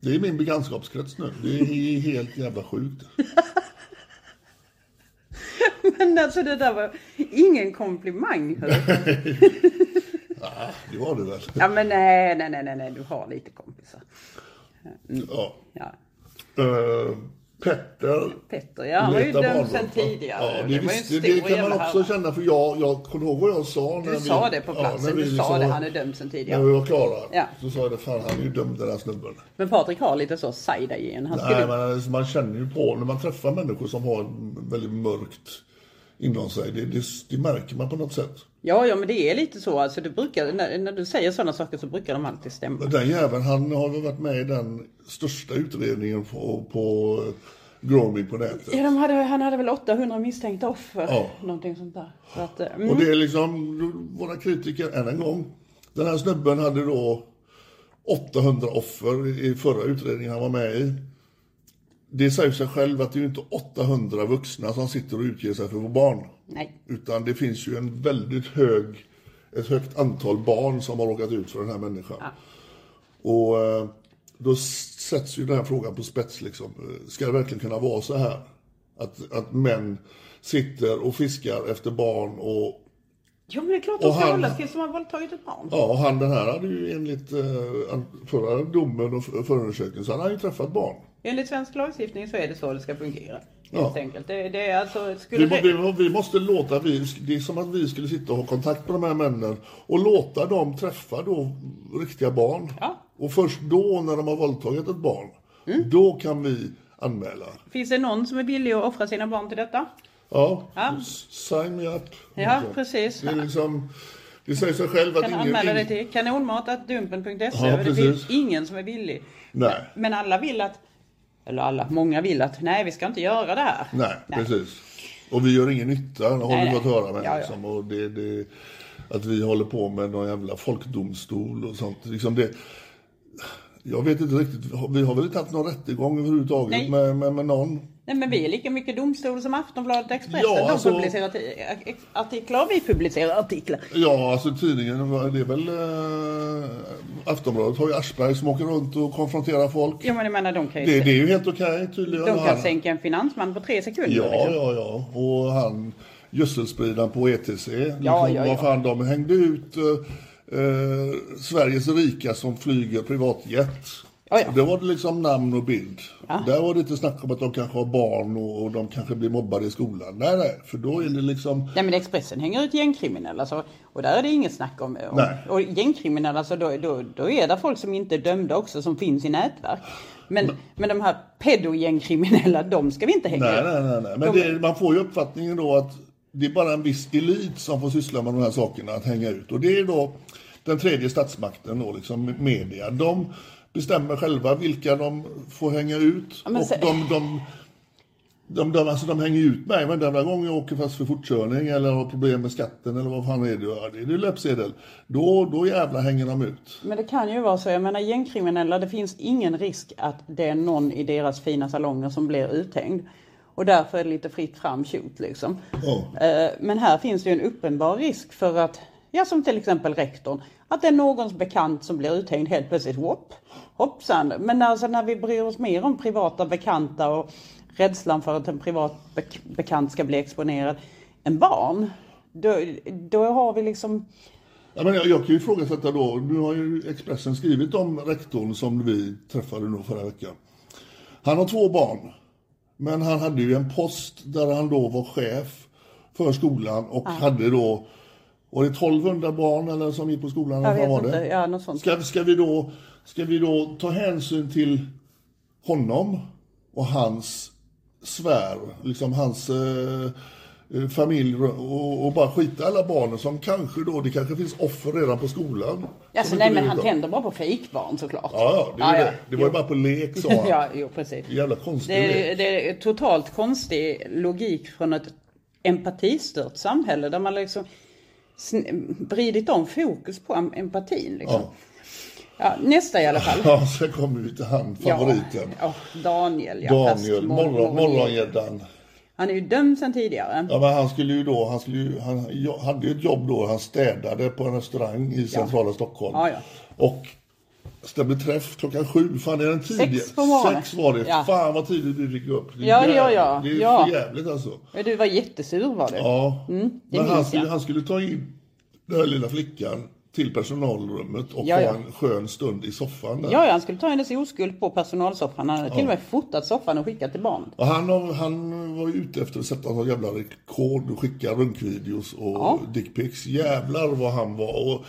S3: Det är min bekantskapskrets nu. Det är helt jävla sjukt.
S2: Men alltså det där var ingen komplimang. hörru.
S3: Det var det väl.
S2: Ja, men nej, nej, nej, nej, nej. Du har lite kompisar.
S3: Ja.
S2: Ja.
S3: Eh, Petter
S2: Petter, ja. Han var ju
S3: letar
S2: dömd
S3: barnbrott,
S2: sedan
S3: va?
S2: tidigare. det
S3: Ja, det,
S2: var ju en
S3: visste,
S2: stor
S3: det kan man
S2: jävla
S3: också
S2: härva.
S3: känna för jag, jag kommer ihåg vad jag sa. När
S2: Du
S3: vi-
S2: sa det på platsen.
S3: när vi
S2: du sa
S3: liksom
S2: det.
S3: var-
S2: Han är dömd sedan
S3: När vi
S2: tidigare.
S3: var klara
S2: Ja.
S3: så sa jag det, fan han är ju dömd den här snubben.
S2: Men Patrik har lite så sajda-gen. Han skulle
S3: Nej, men alltså, man känner ju på när man träffar människor som har väldigt mörkt inom sig. Det, det, det märker man på något sätt.
S2: Ja, ja, men det är lite så. Alltså, du brukar, när, när du säger sådana saker så brukar de alltid stämma.
S3: Den jäveln han har väl varit med i den största utredningen på, på grooming på nätet.
S2: Ja, de hade, han hade väl 800 misstänkta offer.
S3: Ja.
S2: Någonting sånt där. Så att, eh, mm.
S3: Och det är liksom våra kritiker än en gång. Den här snubben hade då 800 offer i förra utredningen han var med i. Det säger sig själv att det är ju inte 800 vuxna som sitter och utger sig för våra barn.
S2: Nej.
S3: Utan det finns ju en väldigt hög, ett högt antal barn som har råkat ut för den här människan. Och eh, då s- sätts ju den här frågan på spets liksom. Eh, Ska det verkligen kunna vara så här? Att, att män sitter och fiskar efter barn och
S2: Ja, men det är klart de
S3: Och
S2: ska
S3: han-
S2: hållas tills de har våldtagit ett barn.
S3: Ja, och han den här hade ju enligt eh, an- förra domen och f- förundersökningen så han hade ju träffat barn.
S2: Enligt svensk lagstiftning så är det så det ska fungera.
S3: Ja.
S2: Helt enkelt. Det, det är alltså, skulle
S3: Vi, må-
S2: det...
S3: vi, må- vi måste låta, vi, det är som att vi skulle sitta och ha kontakt med de här männen och låta dem träffa då riktiga barn.
S2: Ja. Mm.
S3: Och först då när de har våldtagit ett barn, då kan vi anmäla.
S2: Finns det någon som är villig att offra sina barn till detta?
S3: Ja, s- sign me up.
S2: Ja, precis.
S3: Det är liksom, det säger sig själv att
S2: Kan
S3: ingen...
S2: anmäla dig
S3: ing-
S2: till kanonmatatdumpen.se.
S3: Ja,
S2: och det finns
S3: precis.
S2: ingen som är villig.
S3: Nej.
S2: Men alla vill att, eller alla, många vill att, nej vi ska inte göra det här.
S3: Nej, precis. Och vi gör ingen nytta, har vi
S2: nej.
S3: fått höra. Men,
S2: Ja, ja.
S3: liksom, och det, det, att vi håller på med någon jävla folkdomstol och sånt. Liksom det, jag vet inte riktigt, vi har väl inte haft någon rättegång överhuvudtaget
S2: Nej.
S3: med, med, med någon?
S2: Nej men vi är lika mycket domstol som Aftonbladet Expressen.
S3: Ja,
S2: De
S3: alltså-
S2: publicerar ti- eh, artiklar och vi publicerar artiklar.
S3: Ja, alltså tidningen, det är väl äh, Aftonbladet har ju Aschberg som åker runt och konfronterar folk.
S2: Ja men jag menar de kan ju
S3: Det, det är ju helt okej tydligen.
S2: De
S3: Och
S2: kan
S3: han-
S2: sänka en finansman på tre sekunder.
S3: Ja,
S2: liksom.
S3: ja, ja. Och han gödselspridaren på ETC. Liksom,
S2: Ja, ja, ja.
S3: Vad fan, de hängde ut eh, eh, Sveriges rika som flyger privatjet.
S2: Ja, ja.
S3: Och Då var det liksom namn och bild. Där var det inte snack om att de kanske har barn och, och de kanske blir mobbade i skolan. Nej, nej, för då är det liksom...
S2: Nej men Expressen hänger ut gängkriminella så, och där är det inget snack om. om
S3: Nej.
S2: och gängkriminella så då, då, då är det folk som inte är dömda också som finns i nätverk. Men, men, de här pedogängkriminella, de ska vi inte hänga
S3: Nej,
S2: ut.
S3: nej, nej. nej. Men
S2: De-
S3: det, man får ju uppfattningen då att det är bara en viss elit som får syssla med de här sakerna, att hänga ut. Och det är då den tredje statsmakten, då, liksom media. De bestämmer själva vilka de får hänga ut.
S2: men
S3: och
S2: så-
S3: de, de, de, de, alltså de hänger ju ut mig varenda gång jag åker fast för fortkörning eller har problem med skatten eller vad fan är det? Ja, Det är ju löpsedel. Då, då jävlar hänger de ut.
S2: Men det kan ju vara så, jag menar gängkriminella, det finns ingen risk att det är någon i deras fina salonger som blir uthängd. Och därför är det lite fritt fram shoot liksom.
S3: Ja.
S2: Eh, Men här finns det ju en uppenbar risk för att, ja som till exempel rektorn, att det är någons bekant som blir uthängd helt plötsligt. Hopp, hoppsan. Men alltså när vi bryr oss mer om privata bekanta och rädslan för att en privat bek- bekant ska bli exponerad än barn. Då, då har vi liksom,
S3: Ja, men jag, jag kan ju ifrågasätta då, nu har ju Expressen skrivit om rektorn som vi träffade nog förra veckan. Han har två barn, men han hade ju en post där han då var chef för skolan och hade då, var det 1200 barn eller som gick på skolan?
S2: jag
S3: Vad
S2: vet
S3: fan var
S2: inte,
S3: det?
S2: ja något sånt.
S3: Ska, ska, vi då, ska vi då ta hänsyn till honom och hans svär, liksom hans eh, eh, familj och, och bara skita i alla barnen som kanske då, det kanske finns offer redan på skolan.
S2: Alltså,
S3: som
S2: nej men
S3: inte blir
S2: han
S3: utan.
S2: tänder bara på fejkbarn såklart.
S3: Ja, ja, det,
S2: Ja,
S3: är det. det var ju bara på lek sa
S2: ja.
S3: han.
S2: ja, jo precis.
S3: Jävla konstig
S2: Det,
S3: lek.
S2: det är totalt konstig logik från ett empatistört samhälle där man liksom sn- vridit om fokus på em- empatin. Liksom.
S3: Ja.
S2: Ja, nästa i alla fall.
S3: Ja, sen kommer vi till han, favoriten.
S2: Ja, ja, Daniel, ja.
S3: Daniel,
S2: fast
S3: morgon- morgongäddan.
S2: Han är ju dömd sedan tidigare.
S3: Ja, men han skulle ju då, han, skulle ju, han jo- hade ju ett jobb då, han städade på en restaurang i centrala Stockholm.
S2: Ja, ja.
S3: Och stämde träff klockan sju, fan är den tidig?
S2: Sex på morgonen.
S3: Sex var det,
S2: Ja.
S3: fan vad tidigt du gick upp. Det
S2: Ja,
S3: är
S2: ja,
S3: jävligt-
S2: ja.
S3: Det är
S2: Ja.
S3: för jävligt alltså.
S2: Men Du var jättesur var du.
S3: Ja,
S2: det
S3: men han
S2: minns
S3: skulle,
S2: jag.
S3: han skulle ta in den här lilla flickan till personalrummet och
S2: Ja,
S3: ha
S2: ja.
S3: en skön stund i soffan där.
S2: Ja, ja, han skulle ta hennes oskuld på personalsoffan. Han hade till och med fotat soffan och skickat till barnet.
S3: Och han, har- han var ju ute efter att sätta någon jävla rekord och skicka runkvideos och dickpics. Jävlar vad han var. Och,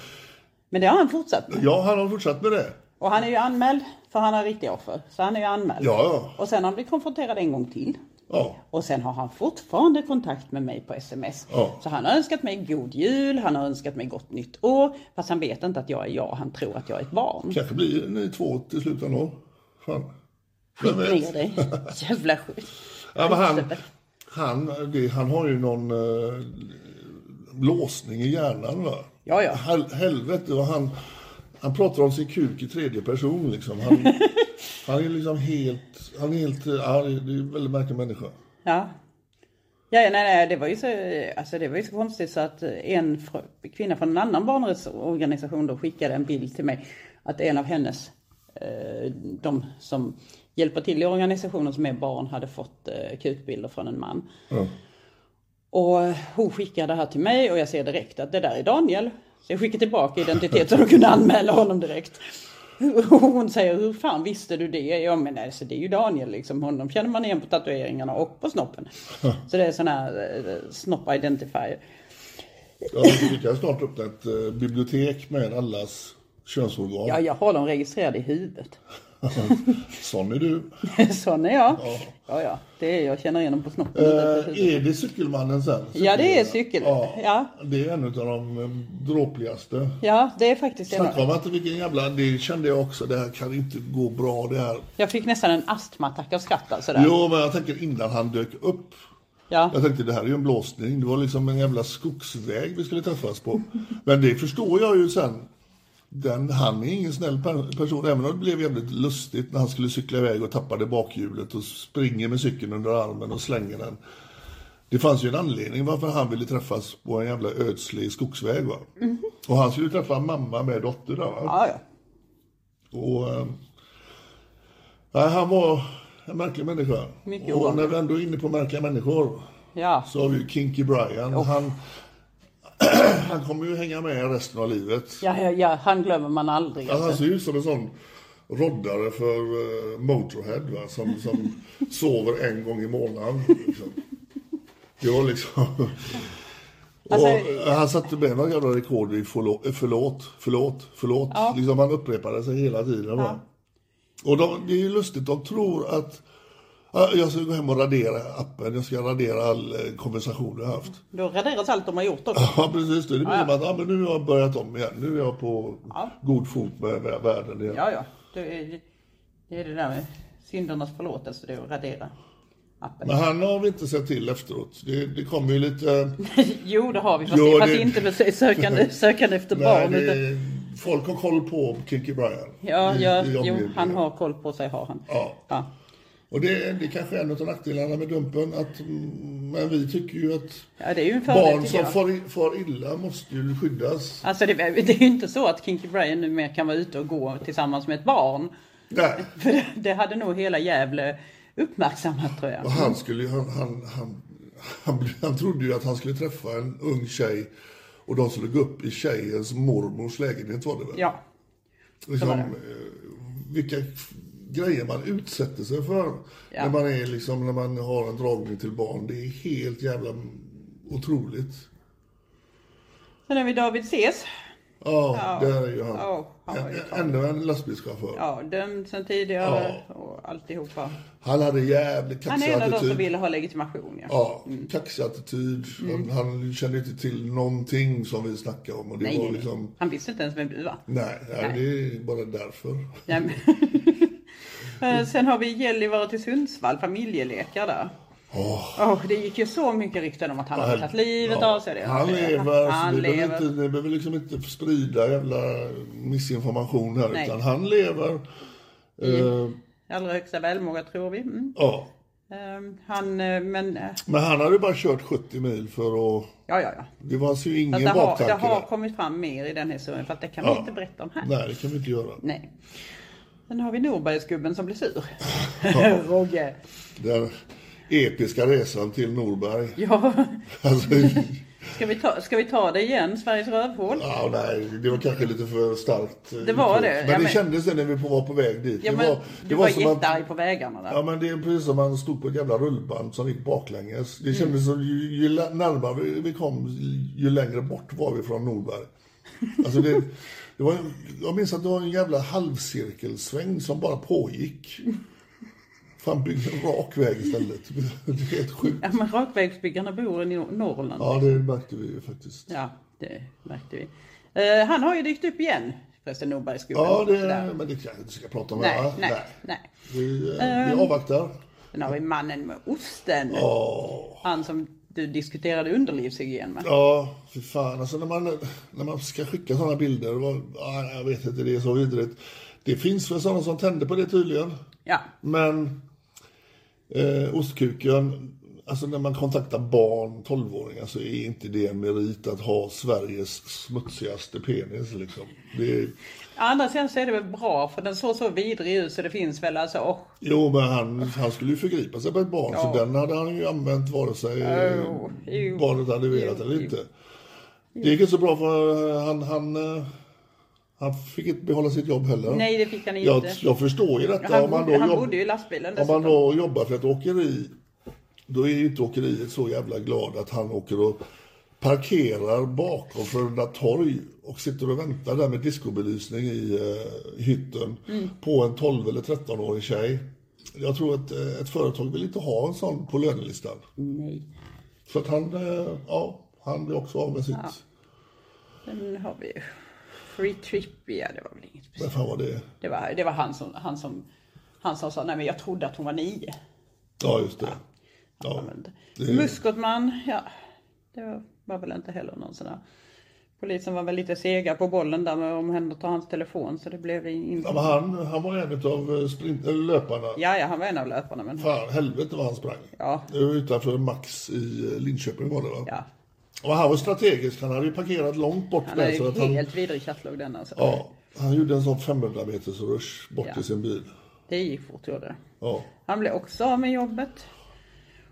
S2: Men det har han fortsatt med.
S3: ja, han har fortsatt med det.
S2: Och han är ju anmäld, för han har riktiga offer. Så han är ju anmäld.
S3: Ja, ja.
S2: Och sen har han blivit konfronterad en gång till.
S3: Ja,
S2: Och sen har han fortfarande kontakt med mig på sms.
S3: Ja.
S2: Så han har önskat mig god jul, han har önskat mig gott nytt år. Fast han vet inte att jag är jag, han tror att jag är ett barn.
S3: kanske blir ni två till slut ändå. Fan. Vem vet?
S2: Ner dig, jävla skit.
S3: Ja, men han, han, det, han har ju någon eh, låsning i hjärnan. Va?
S2: Ja, ja.
S3: Hel, helvete vad han... Han pratar om sin kuk i tredje person liksom. Han, han är liksom helt... Han är helt eh, arg. Det är en väldigt märklig människa.
S2: Ja. Ja, ja, nej, nej, det var ju så, alltså det var ju så konstigt så att en fr- kvinna från en annan barnrättsorganisation då skickade en bild till mig att en av hennes, eh, de som hjälper till i organisationen som är barn hade fått eh, kukbilder från en man.
S3: Ja.
S2: Och hon skickade det här till mig och jag ser direkt att det där är Daniel. Så jag skickar tillbaka identiteten och kunde anmäla honom direkt. Och Hon säger, hur fan visste du det? Ja men alltså, det är ju Daniel liksom, honom känner man igen på tatueringarna och på snoppen. Så det är sån här eh, snopp-identifier.
S3: Ja, vi kan snart öppna ett eh, bibliotek med allas könsorgan.
S2: Ja, jag har dem registrerade i huvudet.
S3: Sån är du.
S2: Sån är jag. Ja, ja, det är jag känner igen dem på snoppen. utanför
S3: Eh,
S2: huvudet.
S3: är det cykelmannen sen?
S2: Ja, det är cykel.
S3: Ja,
S2: Ja.
S3: Det är en av de eh, dråpligaste.
S2: Ja, det är faktiskt det.
S3: Snacka om att vilken jävla... Det kände jag också. Det här kan inte gå bra det här.
S2: Jag fick nästan en astmaattack av skratt alltså där.
S3: Jo, men jag tänker innan han dök upp.
S2: Ja.
S3: Jag tänkte det här är ju en blåsning. Det var liksom en jävla skogsväg vi skulle träffas på. Men det förstår jag ju sen. Den, han är ingen snäll per- person, även om det blev jävligt lustigt när han skulle cykla iväg och tappade bakhjulet och springer med cykeln under armen och slänger den. Det fanns ju en anledning varför han ville träffas på en jävla ödslig skogsväg. Va? Och han skulle träffa mamma med dotter där. Va?
S2: Mm-hmm. Ja, ja.
S3: Och, eh, nej, han var en märklig människa.
S2: Mycket
S3: och
S2: ovanlig.
S3: när vi ändå är inne på märkliga människor
S2: Ja.
S3: så har vi ju Kinky Brian. Han, han kommer ju hänga med resten av livet.
S2: Ja, ja, ja, han glömmer man aldrig.
S3: Alltså, han
S2: Alltså.
S3: ser ju ut som en sån roddare för eh, Motorhead va? Som, som sover en gång i månaden. Liksom. Det var liksom...
S2: Alltså-
S3: och eh, han satte med några jävla rekord i förlåt, förlåt, förlåt. förlåt. Liksom han upprepade sig hela tiden. Va? Och de, det är ju lustigt, de tror att "Ah, jag ska gå hem och radera appen, jag ska radera all eh, konversation jag haft.
S2: Då raderas allt de har gjort också.
S3: Ja, precis. Det, det blir som att ah, men nu har jag börjat om igen. Nu är jag på god fot med med världen igen.
S2: Ja, ja. Det är det, är det där med syndernas förlåtelse, det är att radera appen.
S3: Men han har vi inte sett till efteråt. Det, det kommer ju lite...
S2: Jo, det har vi. Fast,
S3: Jo,
S2: fast
S3: det-
S2: inte med sö- sökande, sökande efter
S3: Nej,
S2: barn.
S3: det,
S2: Utan,
S3: folk har koll på Kiki Bryan.
S2: ja,
S3: i-
S2: ja
S3: i
S2: jo,
S3: omgivningen.
S2: han har koll på sig, har han.
S3: Ja.
S2: Ja.
S3: Och det, det kanske är en av nackdelarna med Dumpen. Att, mm, men vi tycker ju att
S2: Ja, det är ju en fördel,
S3: barn
S2: tycker
S3: som
S2: jag.
S3: far, i- far illa måste ju skyddas.
S2: Alltså det, det är ju inte så att Kinky Brian numera kan vara ute och gå tillsammans med ett barn.
S3: Nej.
S2: För det, det hade nog hela Gävle uppmärksammat tror jag.
S3: Och han, skulle, ju- han, han, han, han, blev- han trodde ju att han skulle träffa en ung tjej och de skulle gå upp i tjejens mormors lägenhet var det väl?
S2: Ja,
S3: liksom,
S2: var det.
S3: eh, vilka f- grejer man utsätter sig för
S2: Ja.
S3: när, man är liksom, när man har en dragning till barn. Det är helt jävla otroligt.
S2: sen har vi David Ses.
S3: Ja, där är ju han.
S2: Ja, han var ju
S3: Ä- Ännu en lastbilschaufför.
S2: Ja, dömd sen tidigare och alltihopa.
S3: Han hade jävligt
S2: Han
S3: kaxig
S2: är en av de som Mm.
S3: attityd.
S2: ville ha legitimation. Ja.
S3: Ja, kaxig attityd.
S2: Mm.
S3: Han, han kände inte till någonting som vi snackade om. Och det
S2: nej,
S3: var
S2: nej, nej.
S3: liksom,
S2: Han visste inte ens vem du var.
S3: nej, nej, det är bara därför.
S2: Nej, men- Eh, Sen har vi Gällivare till Sundsvall, familjelekar där. Åh, det gick ju så mycket rykten om att han hade tagit livet av sig. Det.
S3: Han lever, så
S2: Han
S3: vi behöver,
S2: lever.
S3: inte, vi behöver liksom inte sprida jävla missinformation här
S2: Nej. Mm.
S3: utan han lever. Eh,
S2: I allra högsta välmåga tror vi. Mm.
S3: ja.
S2: Ehm, Han, eh, men eh,
S3: Men han hade ju bara kört 70 mil för att...
S2: ja, ja, ja.
S3: Det fanns ju ingen
S2: Fast det, har, det
S3: baktanke
S2: har
S3: där.
S2: kommit fram mer i den historien för att det kan vi
S3: Ja.
S2: inte berätta om här.
S3: Nej, det kan vi inte göra.
S2: Nej. Sen har vi Norbergsgubben som blir sur. Rogge.
S3: Den episka resan till Norberg.
S2: Ja,
S3: Alltså,
S2: ska vi, ta, ska vi ta det igen, Sveriges rövhål?
S3: ja, nej, det var kanske lite för starkt. eh,
S2: Det var
S3: uttryck.
S2: det.
S3: Men
S2: Ja,
S3: det
S2: men-
S3: kändes det när vi var på väg dit.
S2: Ja,
S3: det
S2: men,
S3: var, det
S2: du
S3: var
S2: var,
S3: som att-
S2: jättearg på vägarna där.
S3: Ja men det är precis som man stod på ett jävla rullband som gick baklänges. Det kändes som ju, ju la- närmare vi, vi kom ju längre bort var vi från Norberg. Alltså det, det var, en- jag minns att det var en jävla halvcirkelsväng som bara pågick. Fan byggde en rak väg istället. Det är helt sjukt.
S2: Ja, men rakvägsbyggarna bor i Nor- Norrland.
S3: Ja det märkte vi ju faktiskt.
S2: Ja, det märkte vi. Eh, han har ju dykt upp igen, förresten Norbergsgubben.
S3: Ja
S2: Där.
S3: det, men det kan jag inte ska prata om.
S2: Nej,
S3: va?
S2: nej, nej. Ehm.
S3: Vi, eh, vi avvaktar.
S2: Sen har vi mannen med osten. Han som du diskuterade underlivshygien med.
S3: Ja, för fan. Alltså när man, när man ska skicka sådana bilder, vad, ja, jag vet inte, det är så vidrigt. Det finns väl sådana som tänder på det tydligen.
S2: Ja,
S3: Men eh, ostkuken, alltså när man kontaktar barn, 12-åringar, så är inte det en merit att ha Sveriges smutsigaste penis liksom. Det,
S2: andra sidan så är det väl bra för den såg så vidrig ut så det finns väl alltså, åh,
S3: jo, men han, han skulle ju förgripa sig på ett barn,
S2: Ja.
S3: så den hade han ju använt vare sig eh,
S2: Jo, jo,
S3: barnet hade velat
S2: jo,
S3: eller
S2: jo.
S3: inte. Det gick inte så bra för eh, han, han, eh, han fick inte behålla sitt jobb heller.
S2: nej det fick han inte.
S3: jag, jag förstår ju detta.
S2: han
S3: om man
S2: bodde,
S3: då,
S2: han
S3: jobb,
S2: bodde ju i lastbilen
S3: om man
S2: dessutom.
S3: då jobbar för ett åkeri, då är ju inte åkeriet så jävla glad att han åker och parkerar bakom Frölunda torg och sitter och väntar där med discobelysning i eh, hytten på en 12 eller 13-årig tjej. Jag tror att eh, ett företag vill inte ha en sån på lönelistan.
S2: Nej.
S3: Så att han, eh, ja, han blir också av med sitt.
S2: Sen har vi ju Free Trippy, ja det var väl inget
S3: Vad
S2: speciellt.
S3: fan var det?
S2: Det var, det var han, som, han, som, han som sa, nej men jag trodde att hon var nio.
S3: Ja, just det. Ja. Det-
S2: Muskotman, ja. Det var, var väl inte heller någon sån där. Polisen var väl lite sega på bollen där med att omhänderta hans telefon så det blev inte...
S3: Ja, men han, han var en av sprint, eller löparna.
S2: Ja, ja, han var en av löparna men...
S3: Fan, helvete vad han sprang.
S2: Ja.
S3: Det var utanför Max i eh, Linköping var det va?
S2: Ja,
S3: Och han var strategisk, han hade ju parkerat långt bort
S2: han är
S3: där. Så
S2: ju
S3: att han,
S2: helt vidrig kattlogg den alltså.
S3: ja, han gjorde en sån 500 meters rush bort
S2: Ja.
S3: till sin bil.
S2: Det gick fort gjorde det.
S3: Ja.
S2: Han blev också av med jobbet.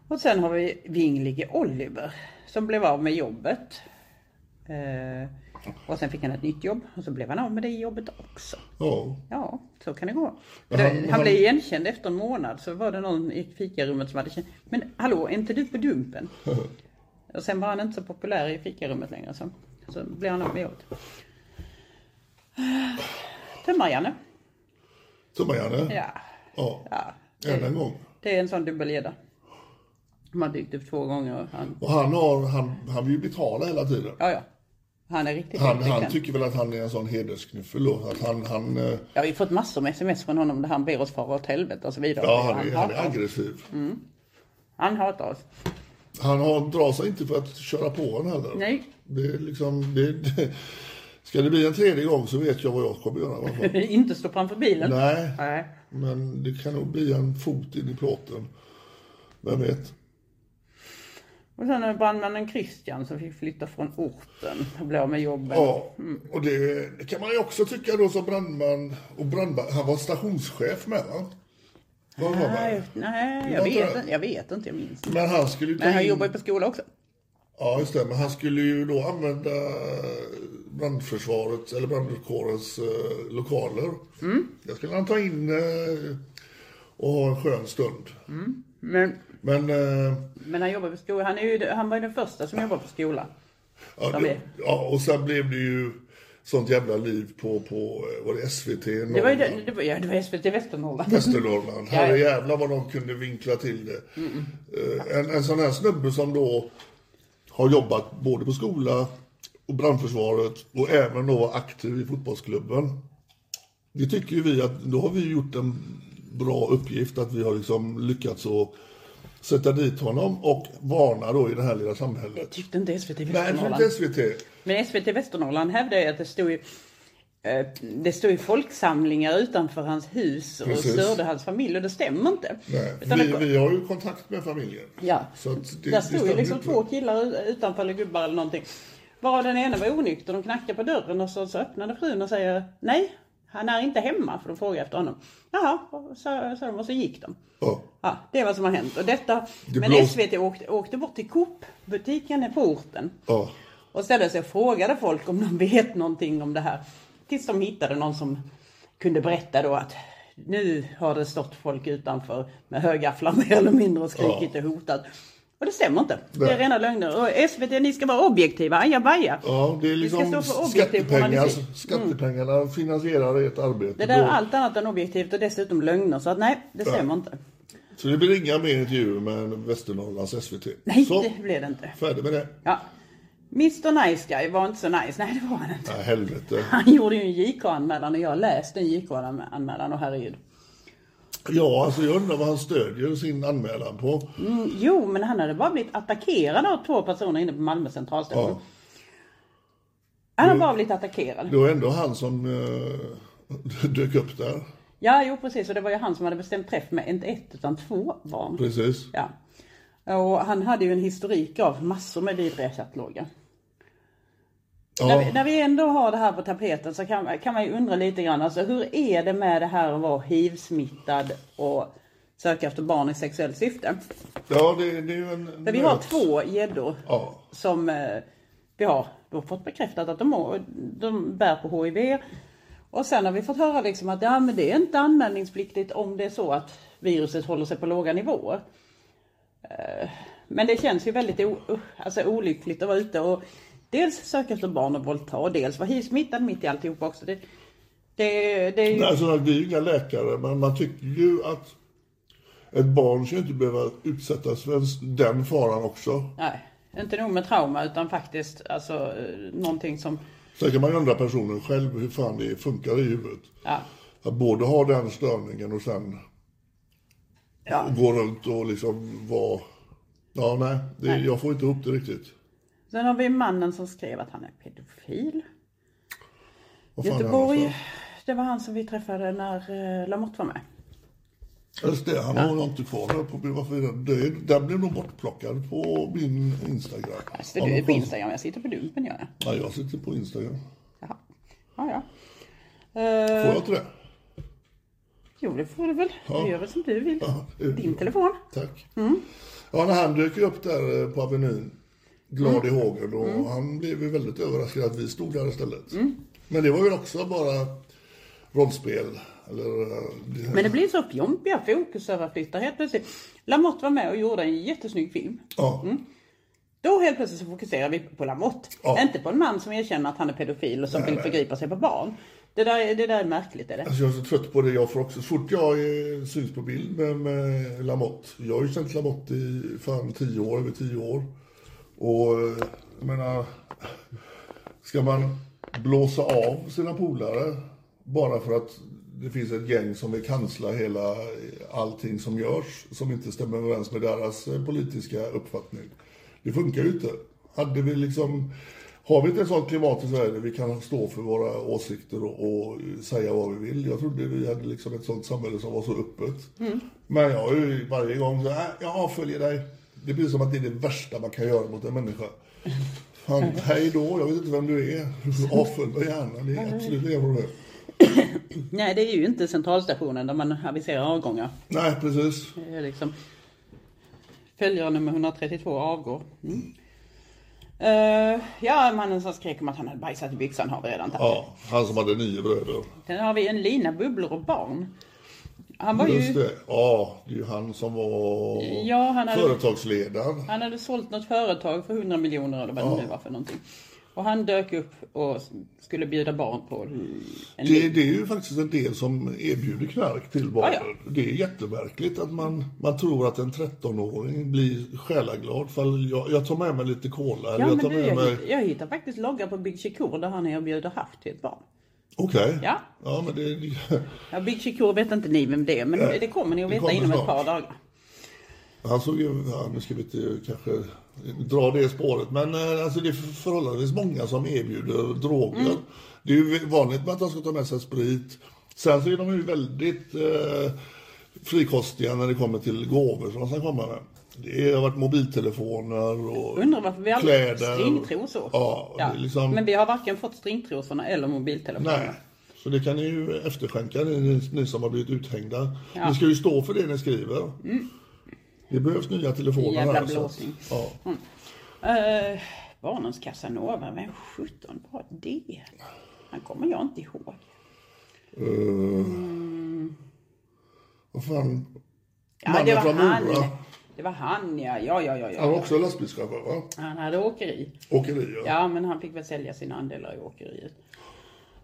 S2: Och sen har vi vinglige Oliver som blev av med jobbet. Eh, och sen fick han ett nytt jobb och så blev han av med det jobbet också.
S3: ja.
S2: Ja, så kan det gå.
S3: Men
S2: Det-
S3: han-
S2: han,
S3: han-
S2: blev igenkänd efter en månad så var det någon i fikarummet som hade känt Men hallå, är inte du på Dumpen? och sen var han inte så populär i fikarummet längre så, så blev han av med jobbet. Eh, Tömmarjanne.
S3: Tummarjanne.
S2: Ja,
S3: eh. Ja.
S2: ja.
S3: Än en gång.
S2: Det är en sån dubbelgädda. De har dykt upp två gånger. Han,
S3: Och han, har, han, han vill ju betala hela tiden.
S2: ja, ja. Han är riktigt
S3: Han,
S2: riktigt
S3: han
S2: den.
S3: tycker väl att han är en sån hedersknuffel då. Att han, han, eh,
S2: Jag har ju fått massor med sms från honom där han ber oss fara åt helvete och så vidare.
S3: ja, han, är, han är
S2: hatar-
S3: aggressiv.
S2: han hatar oss.
S3: Han har, drar sig inte för att köra på honom heller.
S2: Nej.
S3: Det är liksom, det, det, ska det bli en tredje gång så vet jag vad jag kommer göra. i alla fall.
S2: Inte stå framför bilen.
S3: Nej,
S2: Nej.
S3: men det kan nog bli en fot in i plåten. Vem vet?
S2: Och sen är det brandmannen Christian som fick flytta från orten och blev av med jobbet.
S3: Ja,
S2: Mm.
S3: och det, det kan man ju också tycka då som brandman. Och brandman, han var stationschef med va? Vad var
S2: Nej,
S3: det?
S2: nej
S3: var
S2: jag,
S3: inte
S2: vet,
S3: det.
S2: inte- jag vet inte, jag minns inte.
S3: Men han skulle ju ta
S2: Men han
S3: in-
S2: jobbar ju på skola också.
S3: Ja, just det. Men han skulle ju då använda brandförsvarets eller brandkårens eh, lokaler.
S2: Mm.
S3: Där skulle han ta in eh, och ha en skön stund.
S2: Mm. Men,
S3: Men eh,
S2: men han jobbar på skola. Han, är ju, han var ju den första som jobbade på skola.
S3: ja,
S2: Som
S3: det,
S2: är.
S3: ja, och sen blev det ju sånt jävla liv på, på eh, var det SVT?
S2: Det var ju
S3: Norrland?
S2: det, det var, ja, det var SVT Västernorrland.
S3: Västernorrland. Herre jävlar vad de kunde vinkla till det. Eh, En, en sån här snubbe som då har jobbat både på skola och brandförsvaret och även då var aktiv i fotbollsklubben. Det tycker ju vi att då har vi gjort en bra uppgift att vi har liksom lyckats att sätta dit honom och varna då i det här lilla
S2: Det
S3: samhället.
S2: tyckte inte SVT
S3: Nej, det
S2: Västernorrland.
S3: är inte SVT.
S2: Men SVT Västernorrland hävdar ju att det stod ju, eh, det stod ju folksamlingar utanför hans hus och
S3: Precis.
S2: störde hans familj och det stämmer inte.
S3: Nej,
S2: Utan
S3: vi,
S2: det,
S3: vi har ju kontakt med familjen.
S2: ja,
S3: Så att det,
S2: där
S3: det
S2: stod ju
S3: stämmer
S2: liksom
S3: inte.
S2: två killar ut- utanför, eller gubbar eller någonting. Bara den ena var onykter, de knackade på dörren och så, så öppnade frun och säger nej, han är inte hemma, för de frågade efter honom. Jaha, sa sa de och så gick de.
S3: Ja.
S2: Ja, det är vad som har hänt. Och detta,
S3: Det
S2: men
S3: blås-
S2: SVT åkte, åkte bort till Coop-butiken på orten
S3: ja.
S2: och ställde sig och frågade folk om de vet någonting om det här. Tills de hittade någon som kunde berätta då att nu har det stått folk utanför med högafflar mer eller mindre och skrikit och hotat. Och det stämmer inte. Det är
S3: Nej.
S2: rena lögner. Och SVT, ni ska vara objektiva. Ajabaja.
S3: Ja, det är
S2: Vi ska
S3: liksom
S2: stå för objektiv
S3: skattepengar, alltså,
S2: journalistik. Mm.
S3: skattepengarna finansierar ert arbete.
S2: Det där är
S3: Då-
S2: allt annat än objektivt och dessutom lögner. Så att nej, det stämmer inte.
S3: Så det blir inga mer intervjuer med Västernorrlands SVT.
S2: Nej,
S3: så,
S2: det blev det inte.
S3: Färdig med det.
S2: Ja. Mr Nice Guy var inte så nice. Nej, det var han inte.
S3: Nej, helvete.
S2: Han gjorde ju en JK-anmälan och jag läste en JK-anmälan och herregud.
S3: Ja, alltså jag undrar vad han stödjer sin anmälan på.
S2: Mm, jo, men han hade bara blivit attackerad av två personer inne på Malmö centralstation.
S3: Ja, Mm.
S2: Han har bara blivit attackerad.
S3: det var ändå han som eh, dök upp där.
S2: Ja, jo precis. Och det var ju han som hade bestämt träff med inte ett utan två barn.
S3: Precis.
S2: Ja. Och han hade ju en historik av massor med vidriga chattloggar. När, vi,
S3: Ja,
S2: när vi ändå har det här på tapeten så kan, kan man ju undra lite grann. Alltså, hur är det med det här att vara hiv-smittad och söka efter barn i sexuellt syfte?
S3: ja det, det är ju en...
S2: För vi har
S3: nöt.
S2: två gäddor
S3: Ja,
S2: som eh, vi har då fått bekräftat att de, har- de bär på HIV. Och sen har vi fått höra liksom att ja, men det är inte anmälningspliktigt om det är så att viruset håller sig på låga nivåer. Eh, Men det känns ju väldigt o- uh, alltså olyckligt att vara ute och dels söka efter barn och våldta och dels vara hiv-smittad mitt i alltihopa också. Det, det, det är ju...
S3: Nej, alltså, vi är ju inga läkare, men man tycker ju att ett barn ska ju inte behöva utsättas för ens den faran också.
S2: Nej, inte nog med trauma utan faktiskt alltså, eh, någonting som...
S3: Sen kan man ju undra personen själv hur fan det funkar i huvudet.
S2: Ja,
S3: Att både ha den störningen och sen
S2: ja.
S3: gå runt och liksom vara... Ja, nej, det, jag får inte ihop det riktigt.
S2: Sen har vi mannen som skrev att han är pedofil.
S3: Vad fan är han
S2: Göteborg.
S3: för-
S2: Det var han som vi träffade när eh, Lamotte var med.
S3: Just det, han har jag inte kvar där på Bild varför är den död. Den blev nog bortplockad på min Instagram.
S2: Alltså,
S3: Ja,
S2: du
S3: men
S2: är på
S3: konstigt.
S2: Instagram, jag sitter på Dumpen gör jag.
S3: Ja, jag sitter på Instagram.
S2: Jaha. Ja, ja.
S3: Får
S2: Eh,
S3: jag inte det?
S2: jo, det får du väl.
S3: Ja.
S2: Du gör väl som du vill.
S3: Ja, det är
S2: Din
S3: bra.
S2: telefon.
S3: Tack.
S2: Mm.
S3: Ja, när han dök upp där eh, på Avenyn,
S2: Mm.
S3: glad i hågen, och han blev ju väldigt överraskad att vi stod där istället.
S2: Mm.
S3: Men det var ju också bara rollspel. Eller, eh, det-
S2: Men det blir så fjompiga fokusöverflyttar helt plötsligt. Lamotte var med och gjorde en jättesnygg film.
S3: ja,
S2: Då helt plötsligt så fokuserar vi på Lamotte.
S3: Ja.
S2: Inte på en man som erkänner att han är pedofil och som vill förgripa sig på barn. Det där, är- det där är märkligt är det.
S3: alltså jag är så trött på det jag får också. Så fort jag eh, syns på bild med, med Lamotte. Jag har ju känt Lamotte i fan tio år, över tio år. Och eh, jag menar, ska man blåsa av sina polare bara för att det finns ett gäng som vill kansla hela eh, allting som görs som inte stämmer överens med deras eh, politiska uppfattning. Det funkar ju inte. Hade vi liksom, har vi inte ett sånt klimat i Sverige där vi kan stå för våra åsikter och, och säga vad vi vill. Jag trodde vi hade liksom ett sånt samhälle som var så öppet. Men jag har ju varje gång så här, "Äh, jag avföljer dig. Det blir som att det är det värsta man kan göra mot en människa. Fan, hej då, jag vet inte vem du är. Avfölj mig gärna, det är absolut inga problem.
S2: Nej, det är ju inte centralstationen där man aviserar avgångar.
S3: Nej, precis.
S2: Det är liksom följare nummer 132 avgår. Mm. Eh, ja, mannen som skrek om att han hade bajsat i byxan har vi redan tagit.
S3: Ja, han som hade nio bröder.
S2: Sen har vi en lina bubblor och barn. Han var
S3: Just
S2: ju...
S3: det. Ja, det är ju han som var
S2: Ja, han hade-
S3: företagsledaren.
S2: Han hade sålt något företag för 100 miljoner eller vad det nu var för någonting. Och han dök upp och skulle bjuda barn på
S3: Mm.
S2: en
S3: Det, det är ju faktiskt en del som erbjuder knark till barnen.
S2: Ja,
S3: Det är jättemärkligt att man, man tror att en 13-åring blir själaglad. För jag, jag tar med mig lite cola.
S2: Ja,
S3: eller jag
S2: men
S3: tar
S2: du,
S3: med
S2: jag,
S3: mig...
S2: hitt- jag hittar faktiskt loggar på Big Chicoor där han erbjuder hasch till ett barn.
S3: Okej.
S2: Ja.
S3: ja, men det...
S2: Ja, Big Chicoor vet inte ni vem det är, men det kommer ni att
S3: det
S2: veta
S3: kommer
S2: inom ett par
S3: snart.
S2: dagar.
S3: Han såg ju, ja, nu ska vi inte kanske dra det spåret, men eh, alltså det är förhållandevis många som erbjuder droger.
S2: Mm.
S3: Det är ju vanligt med att de ska ta med sig sprit. Sen så är de ju väldigt eh, frikostiga när det kommer till gåvor som de ska komma med. Det har varit mobiltelefoner och
S2: Undrar varför vi aldrig fått
S3: kläder.
S2: stringtrosor.
S3: Ja, och det är liksom...
S2: Men vi har varken fått stringtrosorna eller mobiltelefonerna.
S3: Nej. Så det kan ni ju efterskänka, ni, ni, ni som har blivit uthängda.
S2: Ja.
S3: Ni ska ju stå för det ni skriver. Det behövs nya telefoner
S2: Jävla
S3: här. så att-
S2: blåsning. Mm.
S3: Ja.
S2: Eh, barnens Casanova, vem sjutton var det? Han kommer jag inte ihåg.
S3: Eh, Vad fan?
S2: Ja,
S3: Mannen
S2: det var
S3: från
S2: han.
S3: Mora.
S2: Det var han ja, ja, ja, ja.
S3: Han var
S2: ja.
S3: också lastbilschaufför va?
S2: Han hade åkeri.
S3: Åkerier.
S2: Ja, men han fick väl sälja sina andelar i åkeriet.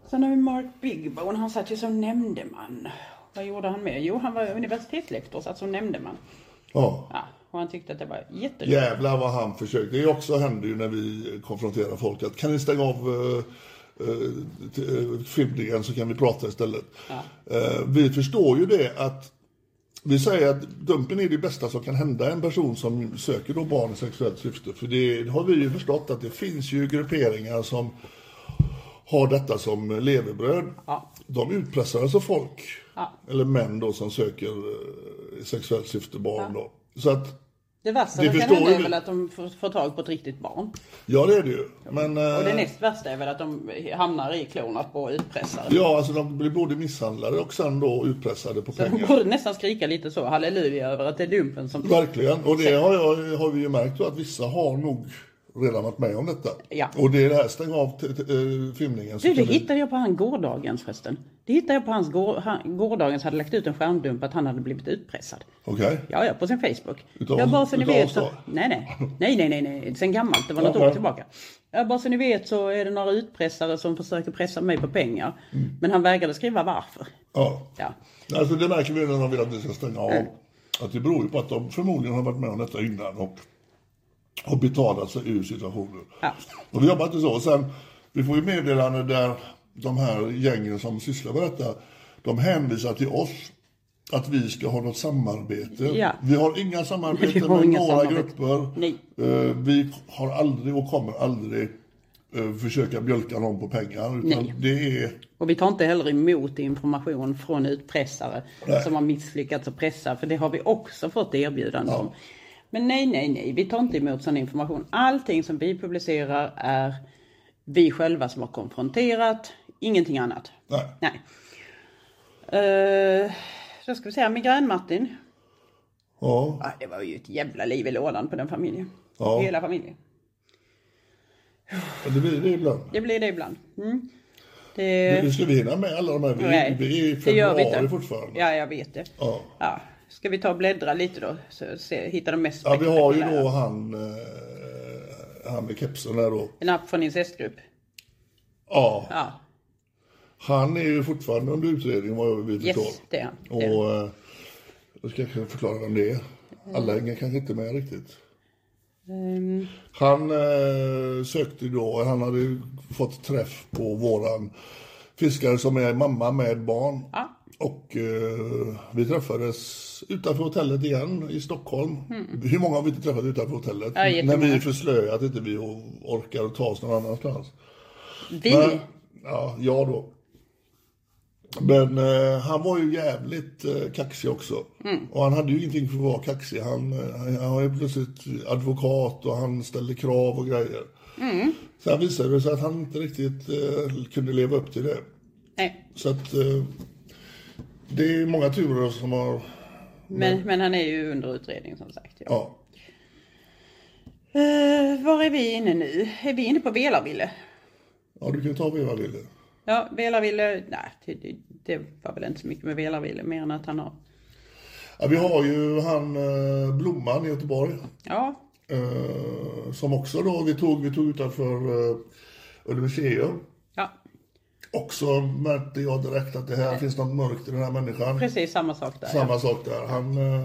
S2: Sen har vi Mark Bigbone, han satt ju som nämndeman. Vad gjorde han med? Jo, han var universitetslektor, satt som nämndeman.
S3: Ja.
S2: Ja, och han tyckte att det var jätteroligt.
S3: Jävlar vad han försökte. Det också hände ju när vi konfronterar folk att kan ni stänga av uh, eh, filmningen så kan vi prata istället. Eh, vi förstår ju det att vi säger att dumpen är det bästa som kan hända en person som söker då barn i sexuellt syfte. För det har vi ju förstått att det finns ju grupperingar som har detta som levebröd.
S2: Ja.
S3: De utpressar alltså folk,
S2: Ja.
S3: eller män då som söker eh, i sexuellt syfte barn då. Så att
S2: Det värsta
S3: Vi
S2: som kan
S3: förstår
S2: hända
S3: ju
S2: är
S3: det.
S2: väl att de får, får tag på ett riktigt barn.
S3: Ja, det är det ju. Men, eh,
S2: Och det näst värsta är väl att de hamnar i klonat på utpressare.
S3: ja, alltså de blir både misshandlade och sen då utpressade på
S2: Så de
S3: pengar.
S2: borde nästan skrika lite så, halleluja, över att det är dumpen som...
S3: Verkligen. Och det har, jag, har vi ju märkt då att vissa har nog redan varit med om detta.
S2: Ja.
S3: Och det är det här, stäng av t- t- eh, filmningen. så
S2: Du, det
S3: kan vi-
S2: hittade jag på han gårdagens förresten. Det hittade jag på hans går, han, gårdagens hade lagt ut en skärmdump att han hade blivit utpressad.
S3: Okej.
S2: Ja, ja, på sin Facebook.
S3: Utav-
S2: ja, bara så ni
S3: utav
S2: vet så...
S3: Avstar?
S2: Nej, nej, nej, nej, nej, nej, sen gammalt, det var något
S3: Jaha.
S2: år tillbaka. Ja, bara så ni vet så är det några utpressare som försöker pressa mig på pengar.
S3: Mm.
S2: Men han vägrade skriva varför.
S3: Ja.
S2: Ja.
S3: Alltså det märker vi ju när de vill att vi ska stänga av.
S2: Mm.
S3: Att det beror ju på att de förmodligen har varit med om detta innan och har betalat sig ur situationen.
S2: Ja.
S3: Och vi jobbar inte så. Och sen, vi får ju meddelande där de här gängen som sysslar med detta, de hänvisar till oss att vi ska ha något samarbete.
S2: Ja.
S3: Vi har inga samarbeten
S2: Vi har
S3: med
S2: inga
S3: några
S2: samarbete.
S3: grupper.
S2: Nej.
S3: Eh, vi har aldrig och kommer aldrig eh, försöka mjölka någon på pengar. Utan
S2: Nej.
S3: det är
S2: Och vi tar inte heller emot information från utpressare
S3: Nej.
S2: som har misslyckats att pressa, för det har vi också fått erbjudande om. Men nej, nej, nej, vi tar inte emot sån information. Allting som vi publicerar är vi själva som har konfronterat, ingenting annat.
S3: Nej.
S2: Nej. Eh, då ska vi se, migrän-Martin.
S3: Ja.
S2: Ja, det var ju ett jävla liv i lådan på den familjen.
S3: Ja.
S2: Hela familjen.
S3: Ja, Det blir det ibland.
S2: Det blir det ibland. Mm. Det...
S3: Nu ska vi hinna med alla de här? Vi,
S2: Nej,
S3: vi är i
S2: det gör vi
S3: februari
S2: inte.
S3: fortfarande.
S2: Ja, jag vet det.
S3: Ja.
S2: Ja. Ska vi ta och bläddra lite då? Så se, hitta de mest
S3: Ja, vi har ju
S2: spektakulära.
S3: då han, eh, han med kepsen där då.
S2: En app från incestgrupp.
S3: Ja,
S2: Ja,
S3: han är ju fortfarande under utredning vad jag vet
S2: yes,
S3: förstår.
S2: det är han. Det är han.
S3: Och eh, jag ska kanske förklara vem det är. Alla hänger kanske inte med riktigt.
S2: Mm. Ehm,
S3: Han eh, sökte då, han hade ju fått träff på våran fiskare som är mamma med barn.
S2: Ja.
S3: Och eh, vi träffades utanför hotellet igen i Stockholm. Hur många har vi inte träffat utanför hotellet?
S2: Mm. Ja,
S3: När
S2: jättemånga.
S3: vi är för slöa att inte vi o- orkar ta oss någon annanstans.
S2: vi,
S3: Men, ja, jag då. Men eh, han var ju jävligt eh, kaxig också. Och han hade ju ingenting för att vara kaxig. Han, eh, han, han var ju plötsligt advokat och han ställde krav och grejer. Sen visade det sig att han inte riktigt eh, kunde leva upp till det.
S2: nej,
S3: Så att eh, det är många turer som har...
S2: men, men han är ju under utredning som sagt. Ja.
S3: Ja,
S2: Ehm, var är vi inne nu? Är vi inne på Velarville?
S3: ja du kan ju ta Veva Lille.
S2: Ja, Velarville, nej, det, det, det var väl inte så mycket med Velarville, mer än att han har,
S3: Ja, vi har ju han eh, Blomman i Göteborg.
S2: ja,
S3: Eh, som också då vi tog, vi tog utanför eh, Ulriceum.
S2: ja,
S3: Också märkte jag direkt att det här finns något mörkt i den här människan.
S2: precis samma sak där.
S3: Samma
S2: ja.
S3: sak där. Han, eh,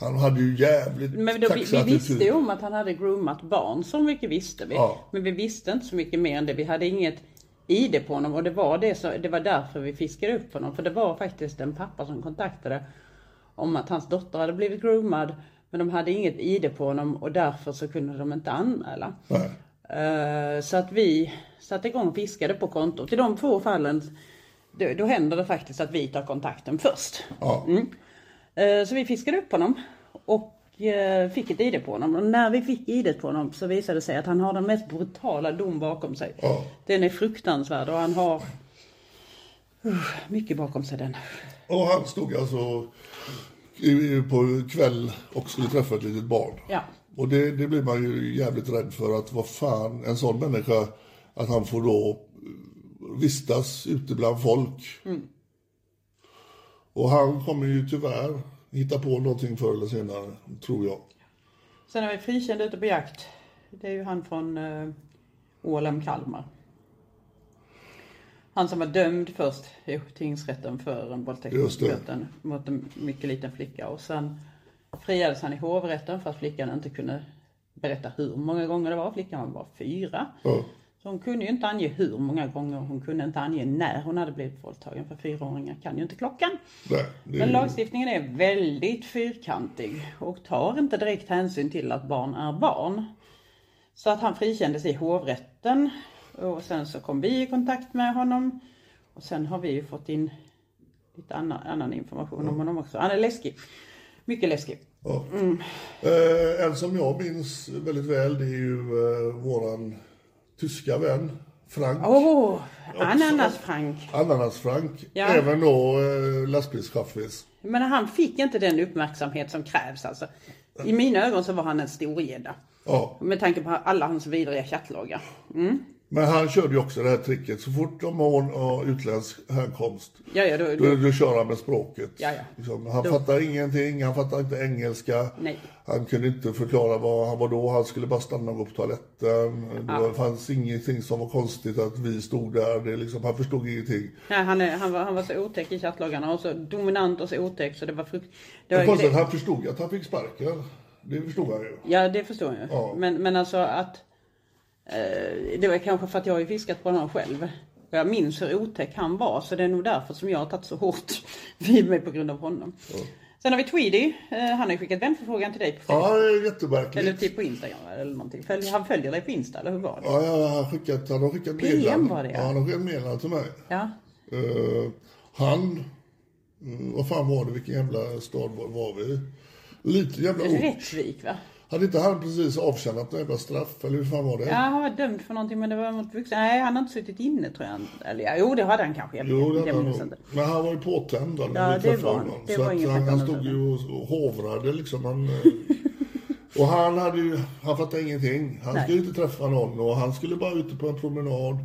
S3: han hade ju jävligt
S2: Men då, vi,
S3: kaxig
S2: vi visste
S3: attityd.
S2: ju om att han hade groomat barn, så mycket visste vi.
S3: Ja.
S2: Men vi visste inte så mycket mer än det. Vi hade inget ID på honom och det var, det, så, det var därför vi fiskade upp honom. För det var faktiskt en pappa som kontaktade om att hans dotter hade blivit groomad Men de hade inget ID på honom och därför så kunde de inte anmäla.
S3: Nej.
S2: Eh, Så att vi satte igång och fiskade på kontot. I de två fallen då, då händer det faktiskt att vi tar kontakten först.
S3: Ja.
S2: Eh, Så vi fiskade upp honom och eh, fick ett ID på honom. Och när vi fick ID på honom så visade det sig att han har den mest brutala dom bakom sig.
S3: Ja.
S2: Den är fruktansvärd och han har Uff, mycket bakom sig den.
S3: Och han stod alltså i- i- på kväll och skulle träffa ett litet barn.
S2: Ja.
S3: Och det, det blir man ju jävligt rädd för att vad fan, en sån människa, att han får då eh, vistas ute bland folk.
S2: Mm.
S3: Och han kommer ju tyvärr hitta på någonting förr eller senare, tror jag.
S2: Sen har vi frikända ute på jakt. Det är ju han från eh, Ålem Kalmar. Han som var dömd först i tingsrätten för en våldtäkt
S3: Just
S2: mot
S3: det.
S2: en- mot en mycket liten flicka. Och sen friades han i hovrätten för att flickan inte kunde berätta hur många gånger det var. Flickan var fyra.
S3: Ja.
S2: Så hon kunde ju inte ange hur många gånger, hon kunde inte ange när hon hade blivit våldtagen. För fyraåringar kan ju inte klockan.
S3: Nej, det är
S2: Men
S3: ju-
S2: lagstiftningen är väldigt fyrkantig och tar inte direkt hänsyn till att barn är barn. Så att han frikändes i hovrätten och sen så kom vi i kontakt med honom. Och sen har vi ju fått in lite annan, annan information om honom också. Han är läskig. Mycket läskig.
S3: Ja.
S2: Mm.
S3: Eh, en som jag minns väldigt väl, det är ju eh, våran tyska vän Frank.
S2: Åh, ananas Frank.
S3: Ananas-Frank.
S2: Ja.
S3: Även då eh, lastbilschaffis.
S2: Men han fick inte den uppmärksamhet som krävs alltså. I mina ögon så var han en storgädda.
S3: Ja.
S2: Med tanke på alla hans vidriga tjattlagar.
S3: Men han körde ju också det här tricket. Så fort de har en ja, utländsk härkomst,
S2: Ja, ja, då,
S3: då,
S2: då,
S3: då kör han med språket.
S2: Ja, ja.
S3: Liksom, han
S2: Då-
S3: fattar ingenting, han fattar inte engelska.
S2: Nej.
S3: Han kunde inte förklara vad han var då. Han skulle bara stanna och gå på toaletten. Det fanns ingenting som var konstigt att vi stod där. Det är liksom, han förstod ingenting.
S2: nej, han, är, han, var, han var så otäck i tjattlagarna och så dominant och så otäck så det var frukt... Det var,
S3: Men konstigt,
S2: det,
S3: han förstod ju att han fick sparken. Det förstod han ju.
S2: ja, det förstår jag.
S3: Ja.
S2: Men, men alltså att... Eh, det var kanske för att jag har ju fiskat på honom själv. Och jag minns hur otäck han var så det är nog därför som jag har tagit så hårt vid mig på grund av honom. Sen har vi Tweedy. Eh, han har ju skickat vänförfrågan till dig på
S3: Ja, det är
S2: Eller
S3: jättemärkligt.
S2: typ på Instagram eller någonting. Följ, han följer dig på Insta eller hur var det?
S3: Ja, ja, han har skickat, han har skickat
S2: PM
S3: meddelanden.
S2: var det, ja.
S3: ja. han har skickat meddelanden till mig.
S2: Ja.
S3: Eh, han, eh, vad fan var det, vilken jävla stad var, var vi? Lite jävla ort.
S2: Rättvik va?
S3: Hade inte han precis avtjänat något jävla straff, eller hur fan var det?
S2: Ja, han var dömd för någonting men det var mot vuxna. Nej, han har inte suttit inne tror jag. Eller ja, jo det hade han kanske. Jag vet
S3: Jo,
S2: inte.
S3: det hade han
S2: minns
S3: nog.
S2: inte.
S3: Men han var ju påtänd då,
S2: Ja,
S3: när vi
S2: det
S3: träffade
S2: var han.
S3: honom.
S2: Det
S3: Så
S2: var
S3: att
S2: ingen
S3: han, han
S2: snack om
S3: stod
S2: det.
S3: ju och och hovrade liksom. Han, eh, och han hade ju, han fattade ingenting. Han
S2: Nej.
S3: skulle ju inte träffa någon och han skulle bara ut på en promenad.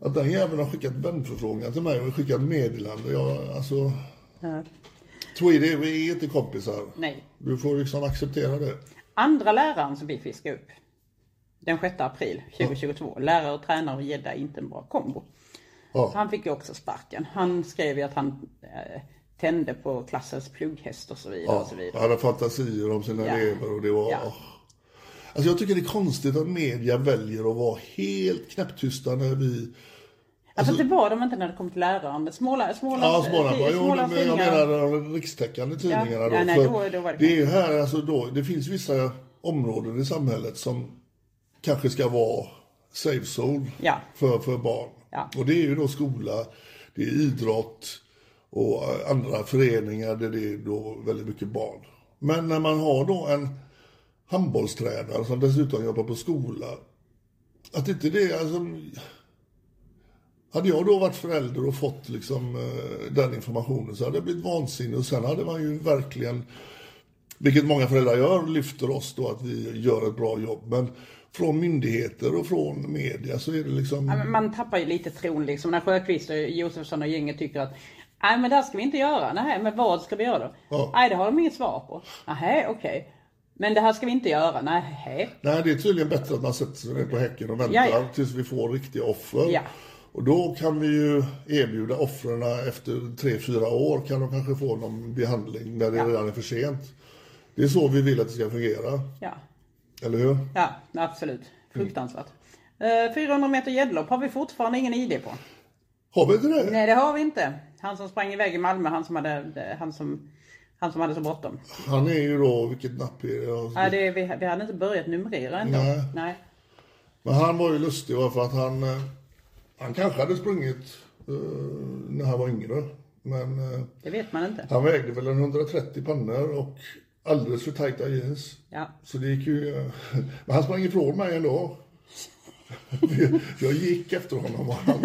S3: Att den jäveln har skickat vänförfrågan till mig och skickat meddelande. Jag, alltså,
S2: Ja.
S3: Tweedy, vi är inte kompisar.
S2: Nej.
S3: Du får liksom acceptera det.
S2: Andra läraren som vi fiskade upp. Den 6 april 2022. Lärare och tränare och gädda är inte en bra kombo.
S3: Ja,
S2: Han fick ju också sparken. Han skrev ju att han eh, tände på klassens plugghäst och så vidare.
S3: ja.
S2: Och så vidare.
S3: Han hade fantasier om sina
S2: Ja.
S3: elever och det var...
S2: Ja.
S3: Alltså jag tycker det är konstigt att media väljer att vara helt knäpptysta när vi...
S2: Alltså, det var de inte när det kom till läraren. Småla, småla,
S3: Ja, Småland. Ja, jo,
S2: Smålands
S3: men jag
S2: Tidningar-
S3: menar de rikstäckande tidningarna
S2: Ja,
S3: då.
S2: nej,
S3: för
S2: då- då var det
S3: det är ju här, alltså då, det finns vissa områden i samhället som kanske ska vara safe zone
S2: Ja.
S3: för, för barn.
S2: Ja.
S3: Och det är ju då skola, det är idrott och eh, andra föreningar där det är då väldigt mycket barn. Men när man har då en handbollstränare som dessutom jobbar på skola. Att inte det, alltså. Hade jag då varit förälder och fått liksom eh, den informationen så hade jag blivit vansinnig och sen hade man ju verkligen vilket många föräldrar gör, lyfter oss då att vi gör ett bra jobb. Men från myndigheter och från media så är det liksom...
S2: Ja, men Man tappar ju lite tron liksom när Sjöqvist och Josefsson och gänget tycker att Nej men det här ska vi inte göra. Nej men vad ska vi göra då?
S3: Ja.
S2: Nej det har de inget svar på. Nej okej. Men det här ska vi inte göra. Nej.
S3: Nej, det är tydligen bättre att man sätter sig ner på häcken och väntar
S2: Ja, ja.
S3: tills vi får riktiga offer.
S2: Ja.
S3: Och då kan vi ju erbjuda offren efter tre fyra år kan de kanske få någon behandling när det
S2: Ja.
S3: redan är för sent. Det är så vi vill att det ska fungera,
S2: Ja.
S3: eller hur?
S2: ja absolut. Fruktansvärt. Eh, 400 meter gäddlopp har vi fortfarande ingen ID på.
S3: Har vi inte det?
S2: Nej det har vi inte. Han som sprang iväg i Malmö, han som hade, han som Han som hade så bråttom.
S3: Han är ju då, vilket napp är det? Jag-
S2: Ja, det, vi, vi hade inte börjat numrera ändå.
S3: Nej.
S2: Nej.
S3: Men han var ju lustig va, för att han, eh, han kanske hade sprungit eh, när han var yngre. Men eh,
S2: Det vet man inte.
S3: han vägde väl en 130 pannor och alldeles för tajta jeans.
S2: Ja.
S3: Så det gick ju... eh, Men han sprang ifrån mig ändå. Jag gick efter honom och han,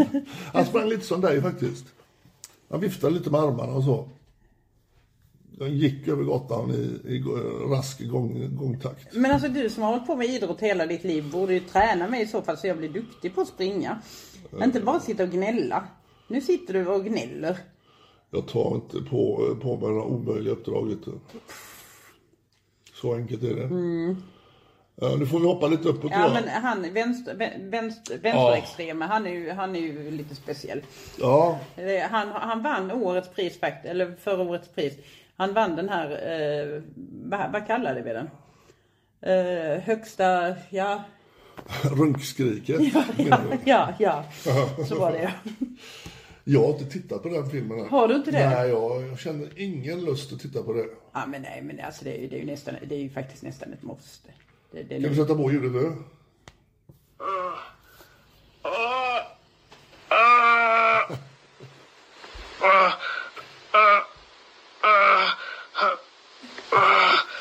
S3: han sprang lite som dig faktiskt. Han viftade lite med armarna och så. Han gick över gatan i, i rask gång, gångtakt.
S2: Men alltså du som har hållit på med idrott hela ditt liv borde ju träna mig i så fall så jag blir duktig på att springa. Inte bara sitta och gnälla. Nu sitter du och gnäller.
S3: Jag tar inte på, på mig några omöjliga uppdrag. Vet du. Så enkelt är det. Ja, nu får vi hoppa lite uppåt.
S2: Mm. Ja
S3: va?
S2: men han vänster, vän- vänster, vänsterextrema, han, är ju, han är ju lite speciell.
S3: ja,
S2: Eh, Han, han vann årets pris fakt- eller förra årets pris. Han vann den här, eh, vad, vad kallade vi den? Eh, högsta, ja,
S3: runkskriket. menar du?
S2: ja, ja. Så var det ja.
S3: Jag har inte tittat på den filmen. än.
S2: Har du inte det?
S3: Nej, jag, jag känner ingen lust att titta på det.
S2: Ja men nej men alltså det är ju, det är ju, nästan, det är ju faktiskt nästan ett måste. Det, det är
S3: Kan du sätta på ljudet nu?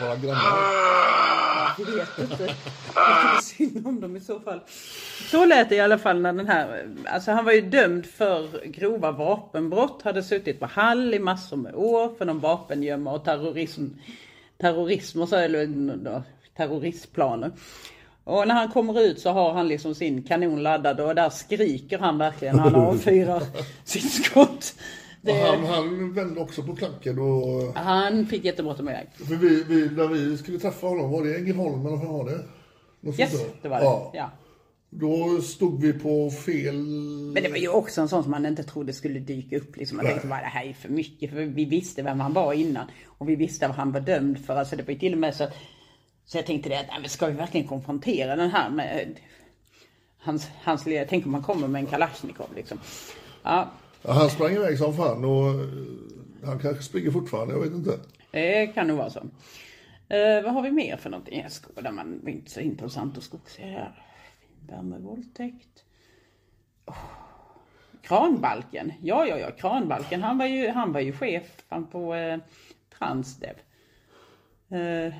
S3: Våra grannar.
S2: Jag vet inte. Jag tycker synd om dem i så fall. Så lät det i alla fall när den här, alltså han var ju dömd för grova vapenbrott, hade suttit på Hall i massor med år för någon vapengömma och terrorism, terrorism och så, eller då, terroristplaner. Och när han kommer ut så har han liksom sin kanon laddad och där skriker han verkligen när han avfyrar sitt skott.
S3: Och
S2: Det,
S3: Han, han vände också på klacken och...
S2: han fick jättebråttom iväg.
S3: För vi, vi, när vi skulle träffa honom, var det Ängelholm eller vad var det? Något
S2: Yes,
S3: sånt där?
S2: det var det. Ja.
S3: Då stod vi på fel...
S2: Men det var ju också en sån som man inte trodde skulle dyka upp. Liksom. Man tänkte bara det här är för mycket. För vi visste vem han var innan. Och vi visste vad han var dömd för. Alltså det var ju till och med så att... Så jag tänkte det att, nej, men ska vi verkligen konfrontera den här med... eh, Hans, hans ledare. Tänk om man kommer med en Kalashnikov liksom. Ja,
S3: Ja, Han sprang iväg som fan och eh, han kanske springer fortfarande, jag vet inte.
S2: det kan nog vara så. Eh, vad har vi mer för någonting? Jag skådar man det är inte så intressant att skogsa här. Värmevåldtäkt. Kranbalken, ja ja ja, Kranbalken han var ju, han var ju chef han på eh, Transdev. Eh,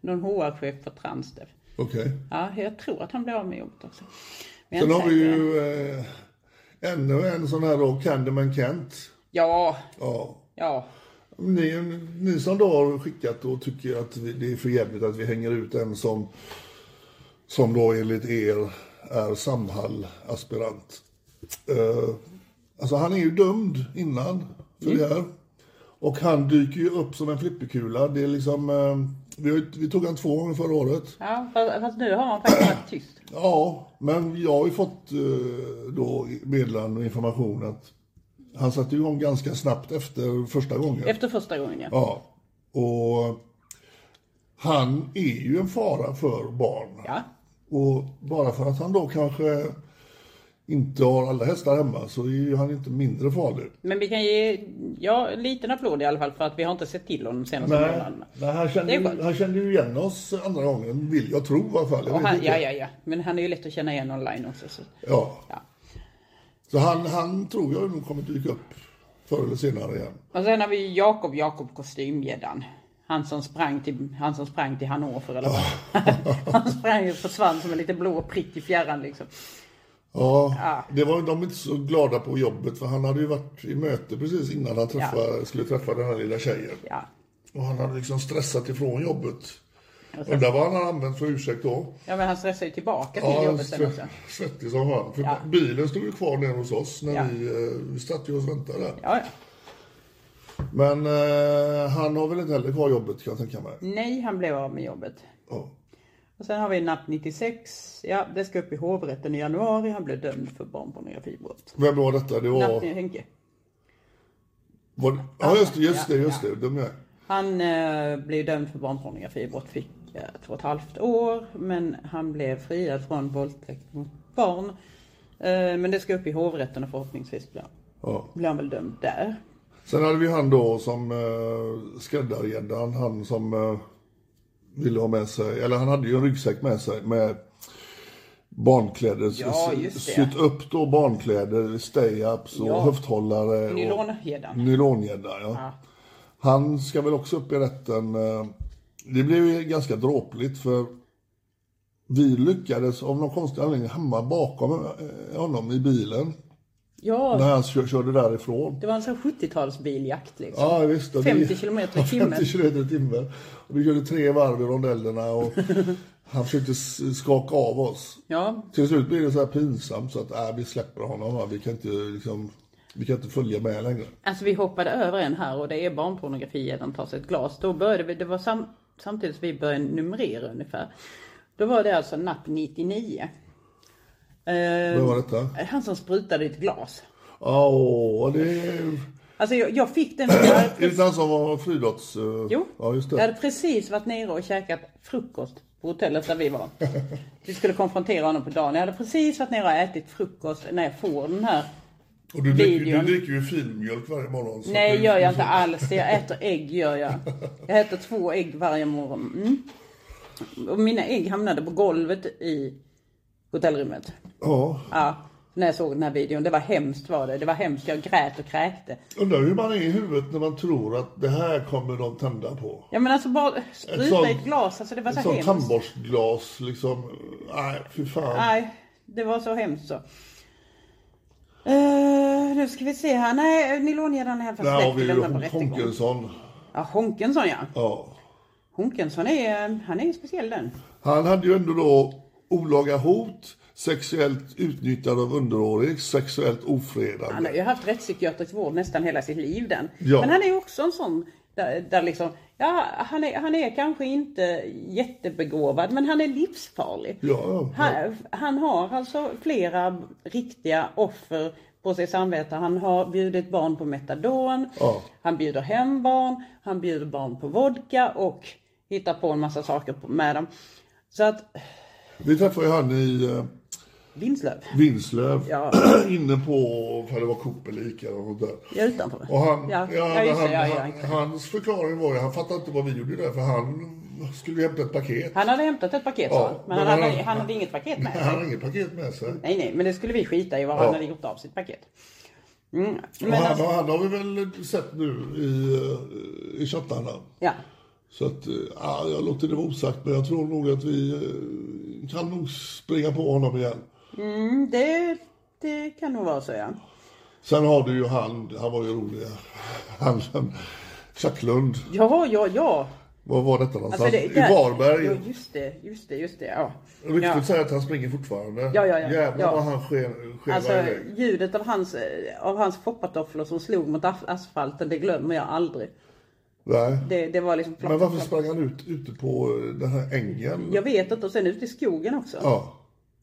S2: någon HR-chef på Transdev.
S3: Okej.
S2: Ja, jag tror att han blev av med jobbet också. Men jag är inte
S3: Sen har vi
S2: säker.
S3: ju eh, ännu en sån här då, Candyman Kent.
S2: Ja,
S3: Ja.
S2: ja.
S3: Ni, ni som då har skickat och tycker att vi, det är för jävligt att vi hänger ut en som, som då enligt er är Samhall-aspirant. Eh, alltså han är ju dömd innan för det här. Och han dyker ju upp som en flipperkula. Det är liksom, eh, vi, har ju- vi tog han två gånger förra året.
S2: ja fast, fast nu har han faktiskt varit tyst.
S3: Ja, men jag har ju fått eh, då meddelande och information att han satte igång ganska snabbt efter första gången.
S2: Efter första gången ja.
S3: Ja, och han är ju en fara för barn.
S2: Ja,
S3: Och bara för att han då kanske inte har alla hästar hemma så är ju han inte mindre farlig.
S2: Men vi kan ge ja, en liten applåd i alla fall för att vi har inte sett till honom de senaste
S3: Nej,
S2: månaderna.
S3: nej han, kände,
S2: Det är
S3: ju-
S2: skönt.
S3: han kände ju igen oss andra gången, vill jag tro i alla fall. Jag
S2: Och
S3: vet
S2: han,
S3: inte.
S2: ja, ja, ja. Men han är ju lätt att känna igen online också. Så.
S3: Ja.
S2: Ja.
S3: Så han, han tror jag nog kommer dyka upp förr eller senare igen.
S2: Och sen har vi ju Jakob Jakob kostymgäddan. Han som sprang till, han som sprang till Hannover eller vad. han sprang ju och försvann som en liten blå prick i fjärran liksom.
S3: Ja, det var de inte så glada på jobbet för han hade ju varit i möte precis innan han träffa, skulle träffa den här lilla tjejen.
S2: Ja.
S3: Och han hade liksom stressat ifrån jobbet. Undrar vad han har använt för ursäkt då?
S2: ja, men han stressar ju tillbaka till
S3: Ja, han
S2: jobbet sen också.
S3: stre- svettig som fan. För
S2: Ja.
S3: bilen stod ju kvar nere hos oss när
S2: Ja.
S3: vi, eh, vi satt ju och väntade där.
S2: Ja, ja.
S3: Men eh, han har väl inte heller kvar jobbet kan jag tänka mig.
S2: Nej, han blev av med jobbet.
S3: Ja.
S2: Och sen har vi NAP 96. Ja, det ska upp i hovrätten i januari. Han blev dömd för barnpornografibrott.
S3: Vem var detta? Det
S2: NAP
S3: var...
S2: Henke.
S3: var ja, just det, just det,
S2: Ja,
S3: just
S2: ja.
S3: det. De är.
S2: Han eh, blev dömd för barnpornografibrott, fick eh, två och ett halvt år. Men han blev friad från våldtäkt mot barn. Eh, men det ska upp i hovrätten och förhoppningsvis blir,
S3: Ja.
S2: blir han väl dömd där.
S3: Sen hade vi han då som eh, skräddargäddan, han som eh, ville ha med sig, eller han hade ju en ryggsäck med sig med barnkläder.
S2: Ja, just det.
S3: Sytt upp då barnkläder, stay-ups och
S2: Ja.
S3: höfthållare. och
S2: Nylongäddan.
S3: Nylongädda, ja.
S2: Ja.
S3: Han ska väl också upp i rätten. eh, Det blev ju ganska dråpligt för vi lyckades av någon konstig anledning hamna bakom eh, honom i bilen när
S2: Ja,
S3: han kö- körde därifrån.
S2: det var en sån 70-talsbiljakt liksom.
S3: Ja, visst. och det-
S2: 50 kilometer i timmen.
S3: 50 kilometer i timmen. Och vi körde tre varv i rondellerna och han försökte s- skaka av oss.
S2: Ja,
S3: Till slut blir det så här pinsamt så att äh, vi släpper honom. va. Vi kan inte, liksom, vi kan inte följa med längre.
S2: Alltså vi hoppade över en här och det är barnpornografi den tar sig ett glas. Då började vi, det var sam, samtidigt som vi började numrera ungefär. Då var det alltså napp 99.
S3: Vad
S2: Eh,
S3: var detta?
S2: han som sprutade i ett glas.
S3: Åh, det...
S2: Alltså jag, jag fick den, jag hade,
S3: Är det inte
S2: precis,
S3: han som var friidrotts... eh,
S2: jo,
S3: Ja, just
S2: jag
S3: det.
S2: hade precis varit nere och käkat frukost på hotellet där vi var. Vi skulle konfrontera honom på dagen. Jag hade precis varit nere och ätit frukost när jag får den här
S3: Och du dricker, du
S2: videon.
S3: dricker ju filmjölk varje morgon. så att
S2: Nej,
S3: det-
S2: gör jag inte alls. Jag äter ägg, gör jag. Jag äter två ägg varje morgon. Mm. Och mina ägg hamnade på golvet i hotellrummet.
S3: Ja,
S2: Ja, när jag såg den här videon. Det var hemskt var det. Det var hemskt. Jag grät och kräkte.
S3: undrar hur man är i huvudet när man tror att det här kommer de tända på.
S2: Ja men alltså bara
S3: Ett
S2: spruta
S3: sånt-
S2: i ett glas. Alltså det var
S3: Ett
S2: så
S3: sånt
S2: hemskt.
S3: tandborstglas liksom. Nej, fy fan.
S2: Nej, det var så hemskt så. Eh, nu ska vi se här. Nej, nylongäddan är i alla fall
S3: Där har
S2: släppt
S3: vi
S2: i
S3: ju
S2: väntan på
S3: Hon-
S2: rättegång.
S3: Honkensson.
S2: Ja, Honkensson ja.
S3: Ja.
S2: Honkensson är, eh, han är ju speciell den.
S3: Han hade ju ändå då olaga hot, sexuellt utnyttjande av underårig, sexuellt ofredande.
S2: Han har ju haft rättspsykiatrisk vård nästan hela sitt liv den.
S3: Ja.
S2: Men han är ju också en sån där, där liksom, ja han är, han är kanske inte jättebegåvad men han är livsfarlig.
S3: Ja, ja.
S2: Han, han har alltså flera riktiga offer på sitt samvete. Han har bjudit barn på metadon,
S3: Ja.
S2: han bjuder hem barn, han bjuder barn på vodka och hittar på en massa saker på- med dem. Så att,
S3: Vi träffade ju han i eh,
S2: Vinslöv,
S3: Vinslöv.
S2: Ja.
S3: Inne på, vad det var Cooperlik eller något där.
S2: jag är utanför.
S3: Och han,
S2: ja,
S3: ja,
S2: ja, just
S3: han,
S2: det, ja, ja.
S3: han, hans förklaring var ju, han fattade inte vad vi gjorde där, för han skulle ju hämta ett paket.
S2: Han hade hämtat ett paket sa
S3: Ja,
S2: han. Men
S3: men
S2: han,
S3: han-
S2: hade, han hade inget paket med
S3: Han hade
S2: sig.
S3: inget paket med sig.
S2: Nej, nej, men det skulle vi skita i vad han
S3: Ja.
S2: hade gjort av sitt paket. Mm. Men
S3: och han,
S2: alltså,
S3: han har vi väl sett nu i, eh, i chattarna.
S2: ja.
S3: Så att, eh, ja, jag låter det vara osagt, men jag tror nog att vi eh, kan nog springa på honom igen.
S2: Mm, det, det kan nog vara så ja.
S3: Sen har du ju han, han var ju rolig, han, han Chacklund.
S2: Ja, ja, ja.
S3: Var var detta någonstans?
S2: Alltså, det-
S3: I
S2: där-
S3: Varberg.
S2: Ja, just det, just det, just det. Ja.
S3: Ryktet
S2: Ja.
S3: säger att han springer fortfarande.
S2: Ja, ja, ja.
S3: Jävlar
S2: Ja.
S3: vad han sken- skevar
S2: Alltså
S3: iväg.
S2: ljudet av hans, eh, av hans foppatofflor som slog mot as- asfalten, det glömmer jag aldrig.
S3: Nej.
S2: Det, det var liksom
S3: Men varför sprang han ut ute på eh, den här ängen?
S2: Jag vet inte, och sen ute i skogen också.
S3: Ja,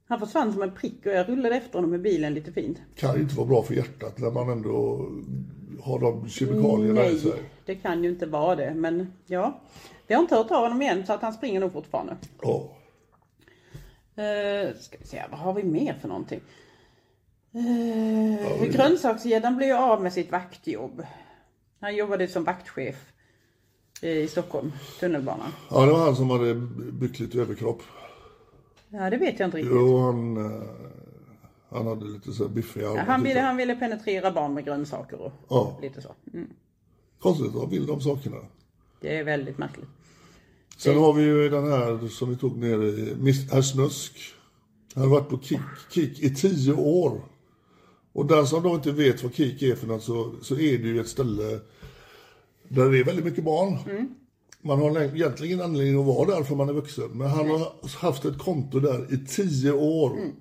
S2: Han försvann som en prick och jag rullade efter honom med bilen lite fint.
S3: kan ju inte vara bra för hjärtat när man ändå har de kemikalierna i
S2: Nej,
S3: sig.
S2: det kan ju inte vara det. Men ja, vi har inte hört av honom igen så att han springer nog fortfarande.
S3: Ja.
S2: Uh, ska vi se, vad har vi mer för någonting? Uh, grönsaksgäddan blev ju av med sitt vaktjobb. Han jobbade som vaktchef i Stockholm, tunnelbanan.
S3: ja, det var han som hade byckligt överkropp.
S2: Ja, det vet jag inte riktigt.
S3: Jo, han, eh, han hade lite så här biffiga armar,
S2: Han
S3: typ.
S2: ville, han ville penetrera barn med grönsaker och
S3: Ja.
S2: lite så. Mm.
S3: Konstigt, vad vill de sakerna?
S2: Det är väldigt märkligt.
S3: Sen har vi ju den här som vi tog ner i, Miss- herr Snusk. Han har varit på Kik, Kik i tio år. Och där som då inte vet vad Kik är för något så, så är det ju ett ställe där det är väldigt mycket barn.
S2: Mm.
S3: Man har lä- egentligen ingen anledning att vara där för man är vuxen. Men han har haft ett konto där i tio år.
S2: Mm.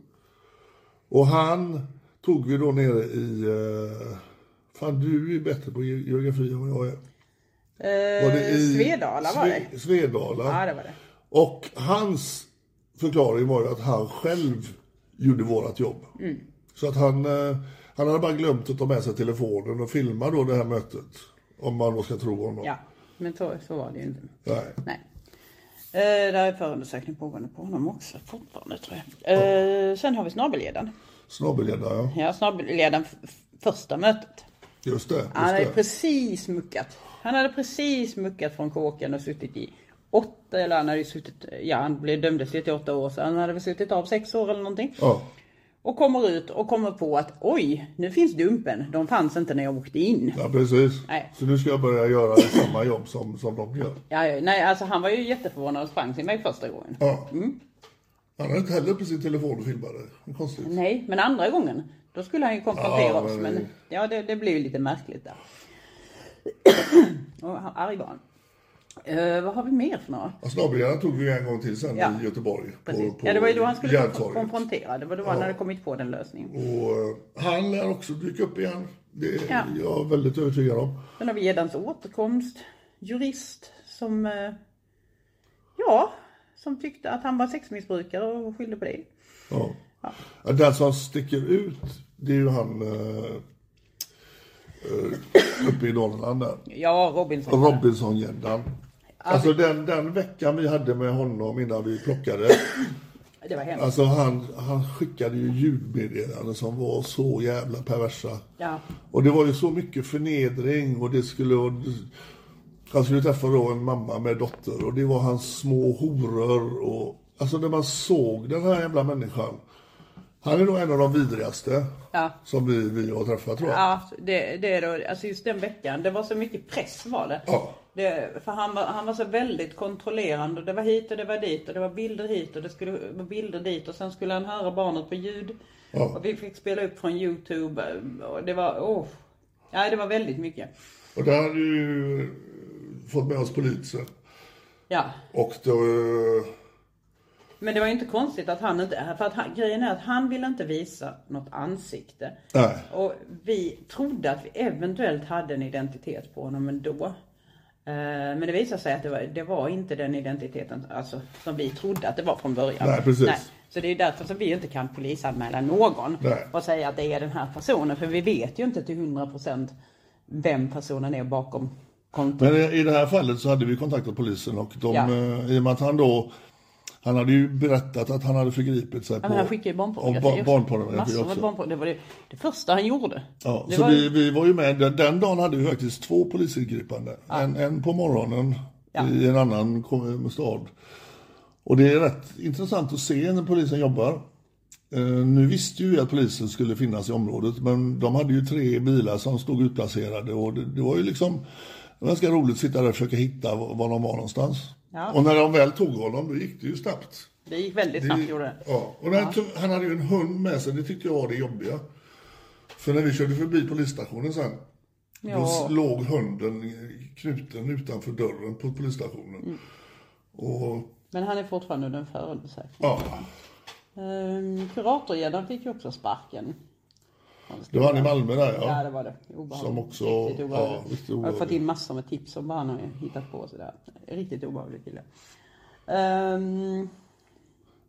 S3: Och han tog vi då nere i... Eh, fan, du är bättre på ge- geografi än vad jag är.
S2: Uh, Svedala var det.
S3: Sve- Svedala.
S2: Ja, det var det.
S3: Och hans förklaring var ju att han själv gjorde vårat jobb.
S2: Mm.
S3: Så att han, eh, han hade bara glömt att ta med sig telefonen och filma då det här mötet. Om man då ska tro honom.
S2: Ja, men så, så var det ju inte.
S3: Nej.
S2: Nej. Eh, där är förundersökning pågående på honom också fortfarande tror jag. Eh, sen har vi snabelgäddan.
S3: Snabbelgädda, ja.
S2: Ja, snabelgäddan f- första mötet.
S3: Just det. Just
S2: Han hade
S3: det.
S2: precis muckat. Han hade precis muckat från kåken och suttit i åtta, eller han hade ju suttit, ja han blev, dömdes ju till åtta år, så han hade väl suttit av sex år eller någonting.
S3: Ja.
S2: Och kommer ut och kommer på att oj, nu finns Dumpen. De fanns inte när jag åkte in.
S3: ja, precis.
S2: Nej.
S3: Så nu ska jag börja göra samma jobb som, som de gör.
S2: Ja, ja, nej, alltså han var ju jätteförvånad och sprang till mig första gången.
S3: Ja.
S2: Mm.
S3: Han har inte heller på sin telefon och filmar det. Det är Konstigt.
S2: Nej, men andra gången, då skulle han ju konfrontera
S3: Ja,
S2: oss.
S3: men-
S2: Men ja, det, det blev ju lite märkligt där. och han, arg var han. Eh, vad har vi mer för några?
S3: Ja, Snabelhjärnan tog vi en gång till sen
S2: Ja.
S3: i Göteborg. På,
S2: Precis.
S3: på
S2: ja, det var ju då han skulle
S3: Järntorget.
S2: konfrontera. Det var då han hade kommit på den lösningen.
S3: Och eh, han lär också dyka upp igen. Det är
S2: Ja.
S3: jag väldigt övertygad om.
S2: Sen har vi Gedans återkomst. Jurist som, eh, ja, som tyckte att han var sexmissbrukare och skyllde på det.
S3: Ja. Ja. Den som sticker ut, det är ju han eh, eh, uppe i Norrland där.
S2: Ja, Robinson.
S3: Robinson-gäddan. Alltså den, den veckan vi hade med honom innan vi plockade.
S2: Det var hemskt.
S3: Alltså han, han skickade ju ljudmeddelanden som var så jävla perversa.
S2: Ja.
S3: Och det var ju så mycket förnedring och det skulle... Han skulle träffa då en mamma med dotter och det var hans små horor och... Alltså när man såg den här jävla människan. Han är nog en av de vidrigaste
S2: Ja.
S3: som vi, vi har träffat tror jag.
S2: Ja, det, det är då, alltså just den veckan, det var så mycket press var det.
S3: Ja.
S2: det för han var, han var så väldigt kontrollerande. Det var hit och det var dit och det var bilder hit och det skulle vara bilder dit och sen skulle han höra barnet på ljud.
S3: Ja.
S2: Och vi fick spela upp från Youtube eh, och det var, åh. Ja, det var väldigt mycket.
S3: Och där hade vi ju fått med oss polisen.
S2: Ja.
S3: Och då... eh,
S2: Men det var ju inte konstigt att han inte, för att han, grejen är att han ville inte visa något ansikte.
S3: Nej.
S2: Och vi trodde att vi eventuellt hade en identitet på honom ändå. Eh, Men det visade sig att det var, det var inte den identiteten alltså, som vi trodde att det var från början.
S3: Nej, precis.
S2: Så det är därför som vi inte kan polisanmäla någon
S3: Nej.
S2: och säga att det är den här personen. För vi vet ju inte till 100% vem personen är bakom kontot.
S3: Men i i det här fallet så hade vi kontaktat polisen och de,
S2: Ja.
S3: eh, i och med att han då han hade ju berättat att han hade förgripit sig
S2: Ja,
S3: på...
S2: men han skickade ju barnpornografi
S3: och ba-
S2: också.
S3: barnpornografi
S2: Massor
S3: också.
S2: med barnpornografi. Det var det, det första han gjorde.
S3: Ja,
S2: det
S3: så
S2: var,
S3: vi, vi var ju med. Den, den dagen hade vi faktiskt två polisingripanden. En, en på morgonen
S2: Ja.
S3: i en annan kom- stad. Och det är rätt intressant att se när polisen jobbar. Eh, nu visste ju vi att polisen skulle finnas i området men de hade ju tre bilar som stod utplacerade och det, det var ju liksom det var ganska roligt att sitta där och försöka hitta var var de var någonstans.
S2: Ja.
S3: Och när de väl tog honom då gick det ju snabbt.
S2: det gick väldigt
S3: Det-
S2: snabbt gjorde det.
S3: Ja, och den, Han hade ju en hund med sig, det tyckte jag var det jobbiga. För när vi körde förbi polisstationen sen, då s- låg hunden knuten utanför dörren på polisstationen.
S2: Mm.
S3: Och
S2: Men han är fortfarande under en förundersökning.
S3: ja,
S2: Ehm, Kuratorgäddan fick ju också sparken.
S3: det var han i Malmö där
S2: Ja,
S3: ja.
S2: det var det. Obehagligt.
S3: Som också-
S2: Riktigt obehagligt.
S3: ja, riktigt
S2: Jag har fått
S3: obehagligt.
S2: in massor med tips om vad han har hittat på. och Sådär. Riktigt obehaglig kille. Ehm,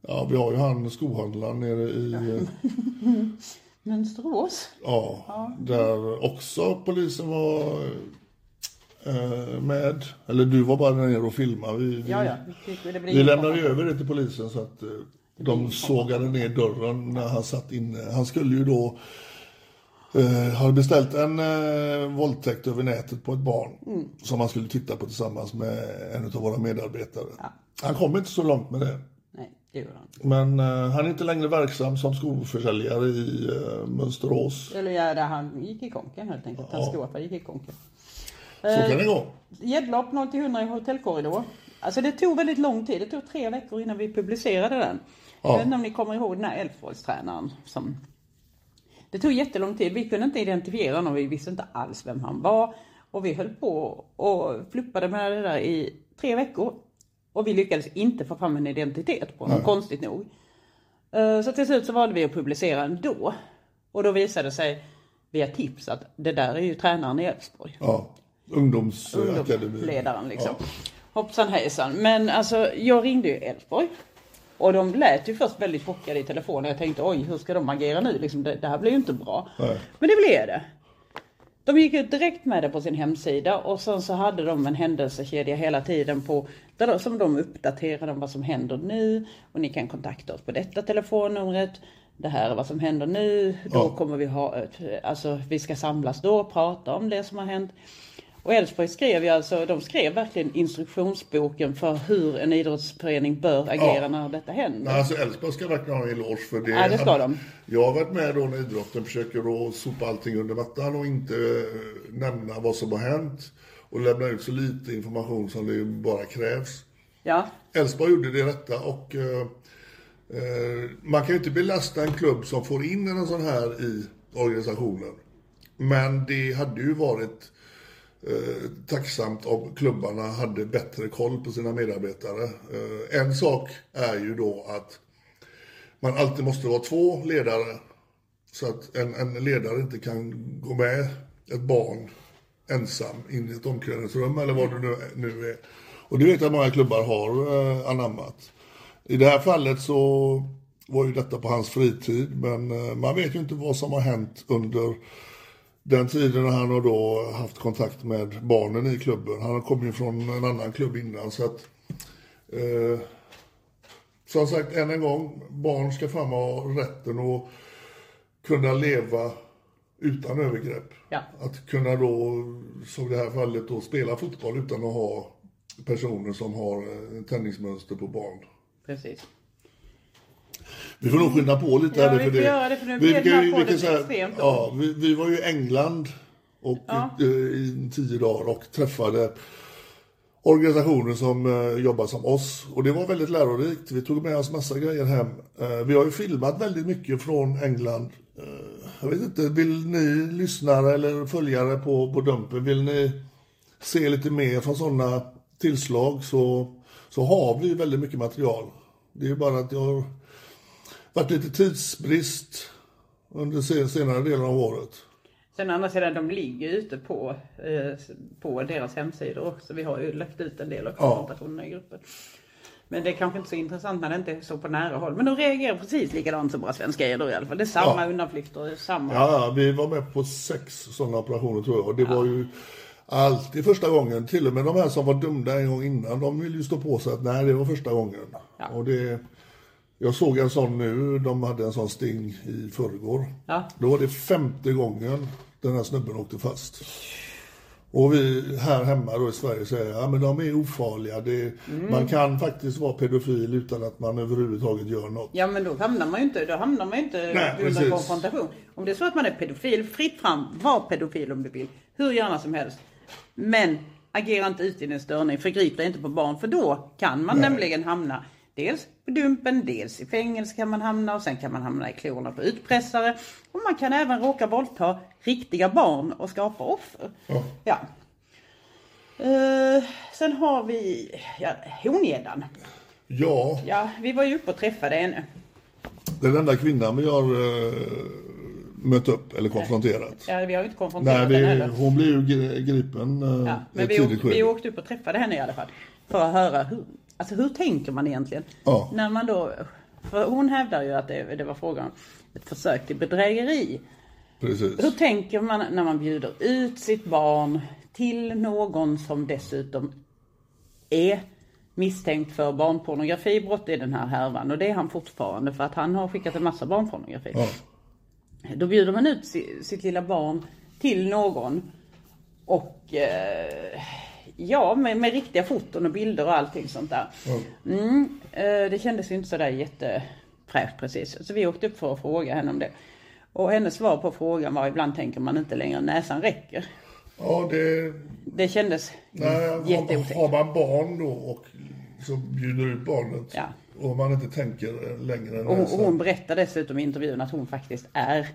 S3: ja. Vi har ju han skohandlaren nere i, eh,
S2: Mönsterås.
S3: ja, där också polisen var eh, med. Eller du var bara där nere och filmade. Vi, vi-
S2: Ja, ja. vi fick- det blir
S3: Vi
S2: ingen
S3: lämnade
S2: fara.
S3: ju över det till polisen så att eh, de sågade ner dörren när han satt inne. Han skulle ju då eh, ha beställt en eh, våldtäkt över nätet på ett barn
S2: Mm.
S3: som han skulle titta på tillsammans med en av våra medarbetare. Han kom inte så långt med det.
S2: Nej, det gjorde han.
S3: Men eh, han är inte längre verksam som skoförsäljare i eh, Mönsterås.
S2: Eller ja, där han gick i konken helt enkelt. Hans ståuppare gick i konken. Eh.
S3: Så kan det gå.
S2: Gäddlopp 0 till 100 i hotellkorridor. Alltså det tog väldigt lång tid. Det tog tre veckor innan vi publicerade den.
S3: Ja.
S2: Jag vet inte om ni kommer ihåg den här Elfsborgstränaren som... Det tog jättelång tid. Vi kunde inte identifiera honom. Vi visste inte alls vem han var. Och vi höll på och fluppade med det där i tre veckor. Och vi lyckades inte få fram en identitet på honom, konstigt nog. Eh, Så till slut så valde vi att publicera ändå. Och då visade det sig via tips att det där är ju tränaren i Elfsborg
S3: Ja. Ungdomsakademin.
S2: ungdomsledaren liksom. Hoppsan hejsan. Men alltså jag ringde ju Elfsborg. Och de lät ju först väldigt chockade i telefonen. Jag tänkte oj hur ska de agera nu? Liksom, det, det här blir ju inte bra.
S3: Nej.
S2: Men det blev det. De gick ut direkt med det på sin hemsida och sen så hade de en händelsekedja hela tiden på där de, som de uppdaterade om vad som händer nu och ni kan kontakta oss på detta telefonnumret. det här är vad som händer nu, då
S3: Ja.
S2: kommer vi ha, ett- alltså vi ska samlas då och prata om det som har hänt. Och Elfsborg skrev ju alltså, de skrev verkligen instruktionsboken för hur en idrottsförening bör agera
S3: Ja.
S2: när detta händer.
S3: Nej, alltså Elfsborg ska verkligen ha en eloge för det.
S2: Ja, det ska de.
S3: Jag har varit med då när idrotten försöker att sopa allting under mattan och inte eh, nämna vad som har hänt och lämna ut så lite information som det bara krävs.
S2: Ja,
S3: Elfsborg gjorde det rätta och eh, eh, man kan ju inte belasta en klubb som får in en sån här i organisationen. Men det hade ju varit eh, tacksamt om klubbarna hade bättre koll på sina medarbetare. Eh, en sak är ju då att man alltid måste vara två ledare så att en, en ledare inte kan gå med ett barn ensam in i ett omklädningsrum eller vad det nu, nu är. Och det vet jag många klubbar har eh, anammat. I det här fallet så var ju detta på hans fritid men eh, man vet ju inte vad som har hänt under den tiden när han har då haft kontakt med barnen i klubben. Han har kommit från en annan klubb innan så att eh, som sagt, än en gång, barn ska fan ha rätten att kunna leva utan övergrepp.
S2: Ja.
S3: Att kunna då, som i det här fallet, då, spela fotboll utan att ha personer som har eh, tändningsmönster på barn.
S2: precis.
S3: Vi får nog skynda på lite.
S2: Ja,
S3: här
S2: vi
S3: nu, för
S2: får
S3: det.
S2: göra det, för nu blir den här podden extremt
S3: ja, vi, vi var ju i England och, eh, i tio dagar och träffade organisationer som eh, jobbar som oss. Och det var väldigt lärorikt. Vi tog med oss massa grejer hem. Eh, vi har ju filmat väldigt mycket från England. Eh, jag vet inte, vill ni lyssnare eller följare på, på Dumpen, vill ni se lite mer från sådana tillslag så, så har vi väldigt mycket material. Det är ju bara att jag har varit lite tidsbrist under sen- senare delen av året.
S2: Sen å andra sidan, de ligger ju ute på, eh, på deras hemsidor också. Vi har ju lagt ut en del av konfrontationerna i gruppen. Men det är kanske inte så intressant när det inte är så på nära håll. Men de reagerar precis likadant som våra svenska gäller i alla fall. Det är samma
S3: Ja.
S2: undanflykter, det är samma...
S3: Ja, ja, vi var med på sex sådana operationer tror jag. Och det var ju alltid första gången. Till och med de här som var dömda en gång innan, de ville ju stå på sig att nej, det var första gången.
S2: Ja.
S3: Och det, jag såg en sån nu, de hade en sån sting i förrgår.
S2: Ja.
S3: Då var det femte gången den här snubben åkte fast. Och vi här hemma då i Sverige säger ja men de är ofarliga. Det,
S2: Mm.
S3: Man kan faktiskt vara pedofil utan att man överhuvudtaget gör något.
S2: Ja men då hamnar man ju inte, då hamnar man ju inte
S3: Nej,
S2: under
S3: precis.
S2: konfrontation. Om det är så att man är pedofil, fritt fram, var pedofil om du vill. Hur gärna som helst. Men agera inte ut i din störning, förgrip dig inte på barn för då kan man nämligen hamna dels på dumpen, dels i fängelse kan man hamna och sen kan man hamna i klorna på utpressare. Och man kan även råka våldta riktiga barn och skapa offer.
S3: Ja.
S2: Ja. Eh, sen har vi ja, Hongäddan.
S3: ja,
S2: Ja, vi var ju uppe och träffade henne.
S3: Det är den enda kvinnan vi har eh, mött upp eller konfronterat.
S2: Ja, vi har ju inte
S3: Nej,
S2: konfronterat henne
S3: vi,
S2: heller.
S3: hon blev ju gri- gripen eh,
S2: Ja,
S3: i
S2: men
S3: ett
S2: vi,
S3: tidigt
S2: åkte, vi
S3: skede.
S2: åkte upp och träffade henne i alla fall. För att höra hur, alltså hur tänker man egentligen?
S3: Ja.
S2: När man då, för hon hävdar ju att det, det var frågan om ett försök till bedrägeri. Hur
S3: Precis.
S2: tänker man när man bjuder ut sitt barn till någon som dessutom är misstänkt för barnpornografibrott i den här härvan och det är han fortfarande för att han har skickat en massa barnpornografi.
S3: Ja.
S2: Då bjuder man ut si- sitt lilla barn till någon. Och eh, ja, med, med riktiga foton och bilder och allting sånt där. Mm, eh, det kändes ju inte sådär jättefräscht precis. Så vi åkte upp för att fråga henne om det. Och hennes svar på frågan var ibland tänker man inte längre än näsan räcker.
S3: ja, det...
S2: Det kändes
S3: Nej, har,
S2: jätteotäckt.
S3: har man barn då och så bjuder ut barnet
S2: Ja.
S3: och man inte tänker längre än
S2: Och hon, och
S3: näsan.
S2: hon berättar dessutom i intervjun att hon faktiskt är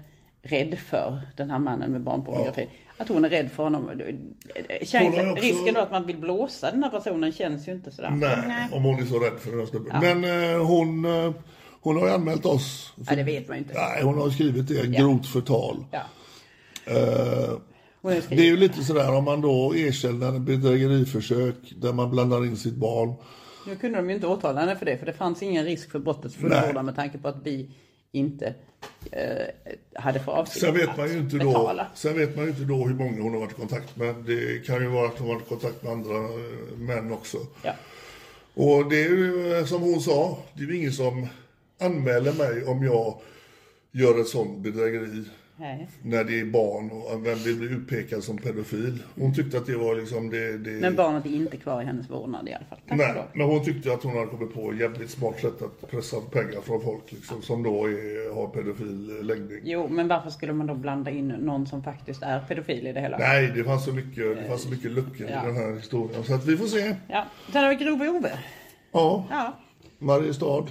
S2: rädd för den här mannen med barnpornografi. Att hon är rädd för honom. Känns,
S3: Hon har också-
S2: Risken då att man vill blåsa den här personen känns ju inte sådär.
S3: Nej, om hon är så rädd för den här snubben. Men eh, hon, eh, hon har ju anmält oss.
S2: Ja, det vet man ju inte.
S3: Nej, hon har skrivit det. Grovt förtal.
S2: Ja.
S3: Eh,
S2: Hon
S3: Det är
S2: skriver,
S3: ju lite sådär om man då erkänner ett bedrägeriförsök där man blandar in sitt barn.
S2: nu kunde de ju inte åtala henne för det, för det fanns ingen risk för brottets fullbordan med tanke på att vi inte eh, hade för avsikt
S3: Sen vet,
S2: att
S3: man ju inte då,
S2: betala.
S3: sen vet man ju inte då hur många hon har varit i kontakt med. Det kan ju vara att hon har varit i kontakt med andra eh, män också.
S2: Ja.
S3: Och det är ju eh, som hon sa, det är ju ingen som anmäler mig om jag gör ett sånt bedrägeri
S2: Nej.
S3: när det är barn och vem vill bli utpekad som pedofil. Hon tyckte att det var liksom det... det...
S2: Men barnet är inte kvar i hennes vårdnad i alla fall. Tack och
S3: Nej,
S2: lov.
S3: men hon tyckte att hon hade kommit på ett jävligt smart sätt att pressa pengar från folk liksom, som då är, har pedofil läggning.
S2: Jo, men varför skulle man då blanda in någon som faktiskt är pedofil i det hela?
S3: Nej, det fanns så mycket, det fanns så mycket luckor
S2: Ja.
S3: i den här historien. Så att vi får se.
S2: Ja, sen har vi Grove Ove.
S3: Ja,
S2: Ja,
S3: Mariestad.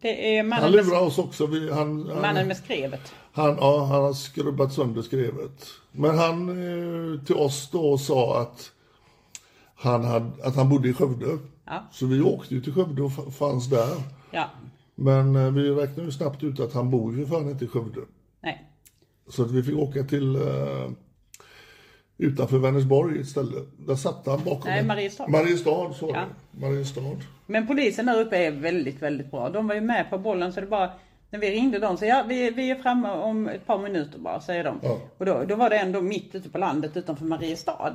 S2: det är
S3: Han
S2: mannen, med,
S3: lurar oss också. Vi, han, han,
S2: mannen med skrevet.
S3: han, ja, han har skrubbat sönder skrevet. Men han eh, till oss då sa att han, hade, att han bodde i Skövde.
S2: Ja.
S3: Så vi åkte ju till Skövde och f- fanns där.
S2: Ja,
S3: Men eh, vi räknade ju snabbt ut att han bor ju för fan inte i Skövde.
S2: nej.
S3: Så att vi fick åka till eh, utanför Vänersborg istället. Där satt han bakom.
S2: Nej,
S3: en-
S2: Mariestad.
S3: Mariestad, så
S2: Ja.
S3: ja. Mariestad.
S2: Men polisen där uppe är väldigt, väldigt bra. De var ju med på bollen så det bara när vi ringde dem så ja, vi, vi är framme om ett par minuter bara, säger de.
S3: Ja.
S2: Och då, då var det ändå mitt ute på landet utanför Mariestad.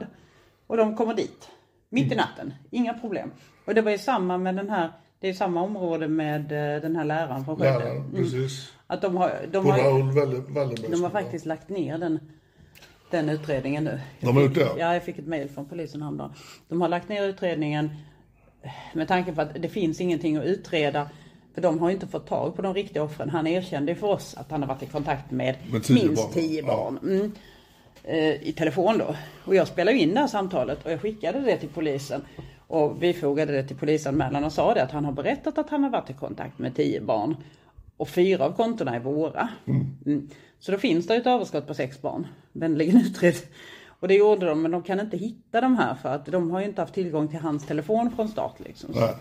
S2: Och de kommer dit.
S3: Mm.
S2: Mitt i natten, inga problem. Och det var ju samma med den här, det är samma område med eh, den här läraren från Skövde.
S3: Läraren, precis.
S2: Att de har, Mm. de
S3: På
S2: har,
S3: Raoul Wall- Wallenberg.
S2: de har faktiskt lagt ner den, den utredningen nu.
S3: De har gjort det?
S2: Ja, jag fick ett mejl från polisen häromdagen. De har lagt ner utredningen eh, med tanke på att det finns ingenting att utreda. För de har ju inte fått tag på de riktiga offren. Han erkände ju för oss att han har varit i kontakt med,
S3: Med tio
S2: minst
S3: barn.
S2: tio
S3: Ja.
S2: barn. Mm. Eh, I telefon då. Och jag spelade ju in det här samtalet och jag skickade det till polisen. Och vi fogade det till polisanmälan och sa det att han har berättat att han har varit i kontakt med tio barn. Och fyra av kontona är våra. Mm. Så då finns det ett överskott på sex barn. Vänligen utred. Och det gjorde de, men de kan inte hitta de här för att de har ju inte haft tillgång till hans telefon från start. Liksom. Så
S3: Nej.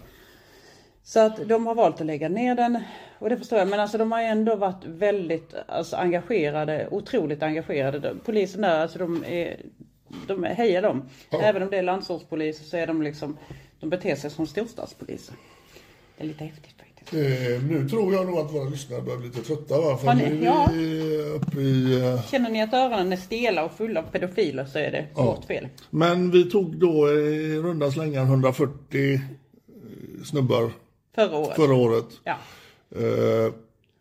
S2: så att de har valt att lägga ner den och det förstår jag. Men alltså de har ju ändå varit väldigt alltså, engagerade, otroligt engagerade. De- Polisen där, alltså de är, de är, hejar dem. Även om det är landsortspoliser så är de liksom, de beter sig som storstadspoliser. Det är lite häftigt faktiskt.
S3: Eh, nu tror jag nog att våra lyssnare börjar bli lite trötta va? För
S2: Har ni-
S3: nu
S2: ja.
S3: är vi uppe i... eh,
S2: Känner ni att öronen är stela och fulla av pedofiler så är det vårt fel.
S3: Men vi tog då i runda slängar 140 eh, snubbar
S2: Förra året.
S3: förra året.
S2: Ja.
S3: Eh,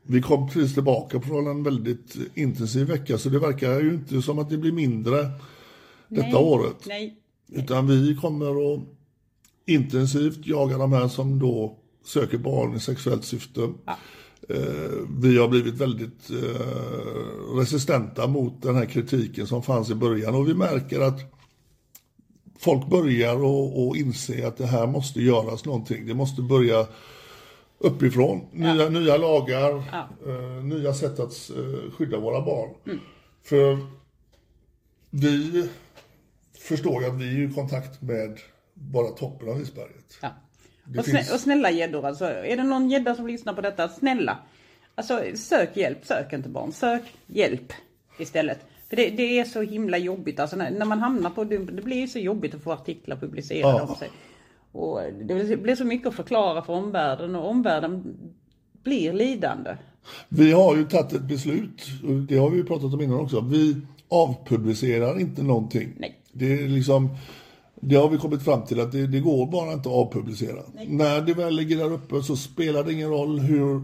S3: vi kom precis tillbaka från en väldigt intensiv vecka så det verkar ju inte som att det blir mindre detta året.
S2: Nej.
S3: Utan vi kommer att intensivt jaga de här som då söker barn i sexuellt syfte. Eh, Vi har blivit väldigt eh, resistenta mot den här kritiken som fanns i början och vi märker att folk börjar och, och inse att det här måste göras någonting. Det måste börja uppifrån. Nya, nya lagar, eh, nya sätt att eh, skydda våra barn. För vi förstår ju att vi är i kontakt med bara toppen av isberget.
S2: Ja.
S3: Det
S2: Och, snä,
S3: finns-
S2: och snälla gäddor alltså. Är det någon gädda som lyssnar på detta, snälla. Alltså sök hjälp, sök inte barn. Sök hjälp istället. För det, det är så himla jobbigt. Alltså när, när man hamnar på det, det blir ju så jobbigt att få artiklar publicerade
S3: Ja.
S2: om sig. Och det blir så mycket att förklara för omvärlden och omvärlden blir lidande.
S3: Vi har ju tagit ett beslut, och det har vi ju pratat om innan också. Vi avpublicerar inte någonting.
S2: Nej.
S3: Det är liksom, det har vi kommit fram till att det, det går bara inte att avpublicera. När det väl ligger där uppe så spelar det ingen roll hur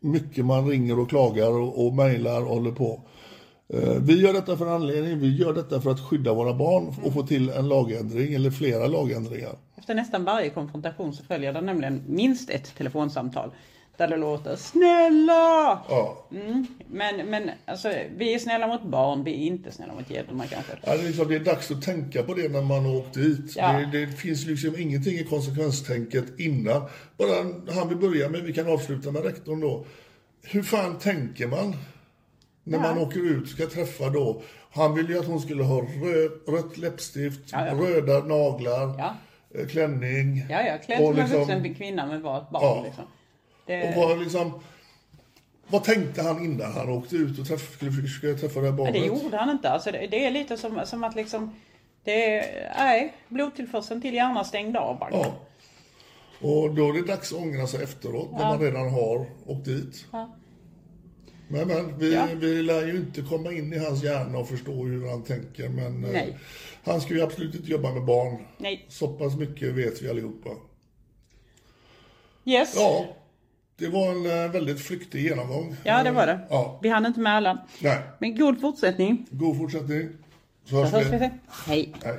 S3: mycket man ringer och klagar och, och mejlar och håller på. Eh, Vi gör detta för en anledning, vi gör detta för att skydda våra barn och få till en lagändring eller flera lagändringar.
S2: Efter nästan varje konfrontation så följer det nämligen minst ett telefonsamtal. Där det låter Snälla!
S3: Ja.
S2: Mm. Men, men alltså, vi är snälla mot barn, vi är inte snälla mot gäddorna kanske.
S3: Ja, det, är liksom, det är dags att tänka på det när man har åkt hit.
S2: Ja.
S3: Det, det finns liksom ingenting i konsekvenstänket innan. Bara han vi börjar med, vi kan avsluta med rektorn då. Hur fan tänker man? När man åker ut ska träffa då. Han ville ju att hon skulle ha röd, rött läppstift,
S2: Ja, ja.
S3: röda naglar,
S2: Ja.
S3: eh, klänning.
S2: Ja, ja, klädd
S3: och
S2: som
S3: liksom-
S2: en vuxen kvinna med valt barn.
S3: Ja.
S2: Liksom.
S3: Och
S2: Det,
S3: vad, liksom, vad tänkte han innan han åkte ut och träff, skulle försöka träffa det här
S2: men
S3: barnet?
S2: det gjorde han inte. Alltså, det, det är lite som, som att liksom, det är, nej, blodtillförseln till hjärnan stängd av bara.
S3: Ja. Och då är det dags att ångra sig efteråt när man redan har åkt dit.
S2: Ja.
S3: Men, men vi,
S2: Ja.
S3: vi lär ju inte komma in i hans hjärna och förstå hur han tänker. Men
S2: Nej.
S3: eh, han ska ju absolut inte jobba med barn.
S2: Nej.
S3: Så pass mycket vet vi allihopa.
S2: Yes.
S3: Ja, Det var en eh, väldigt flyktig genomgång.
S2: Ja, det var det.
S3: Ja.
S2: Vi hann inte med alla.
S3: Nej.
S2: Men god fortsättning.
S3: God fortsättning. Så
S2: Så
S3: hörs
S2: hörs vi.
S3: vi.
S2: sen. Hej.
S3: Nej.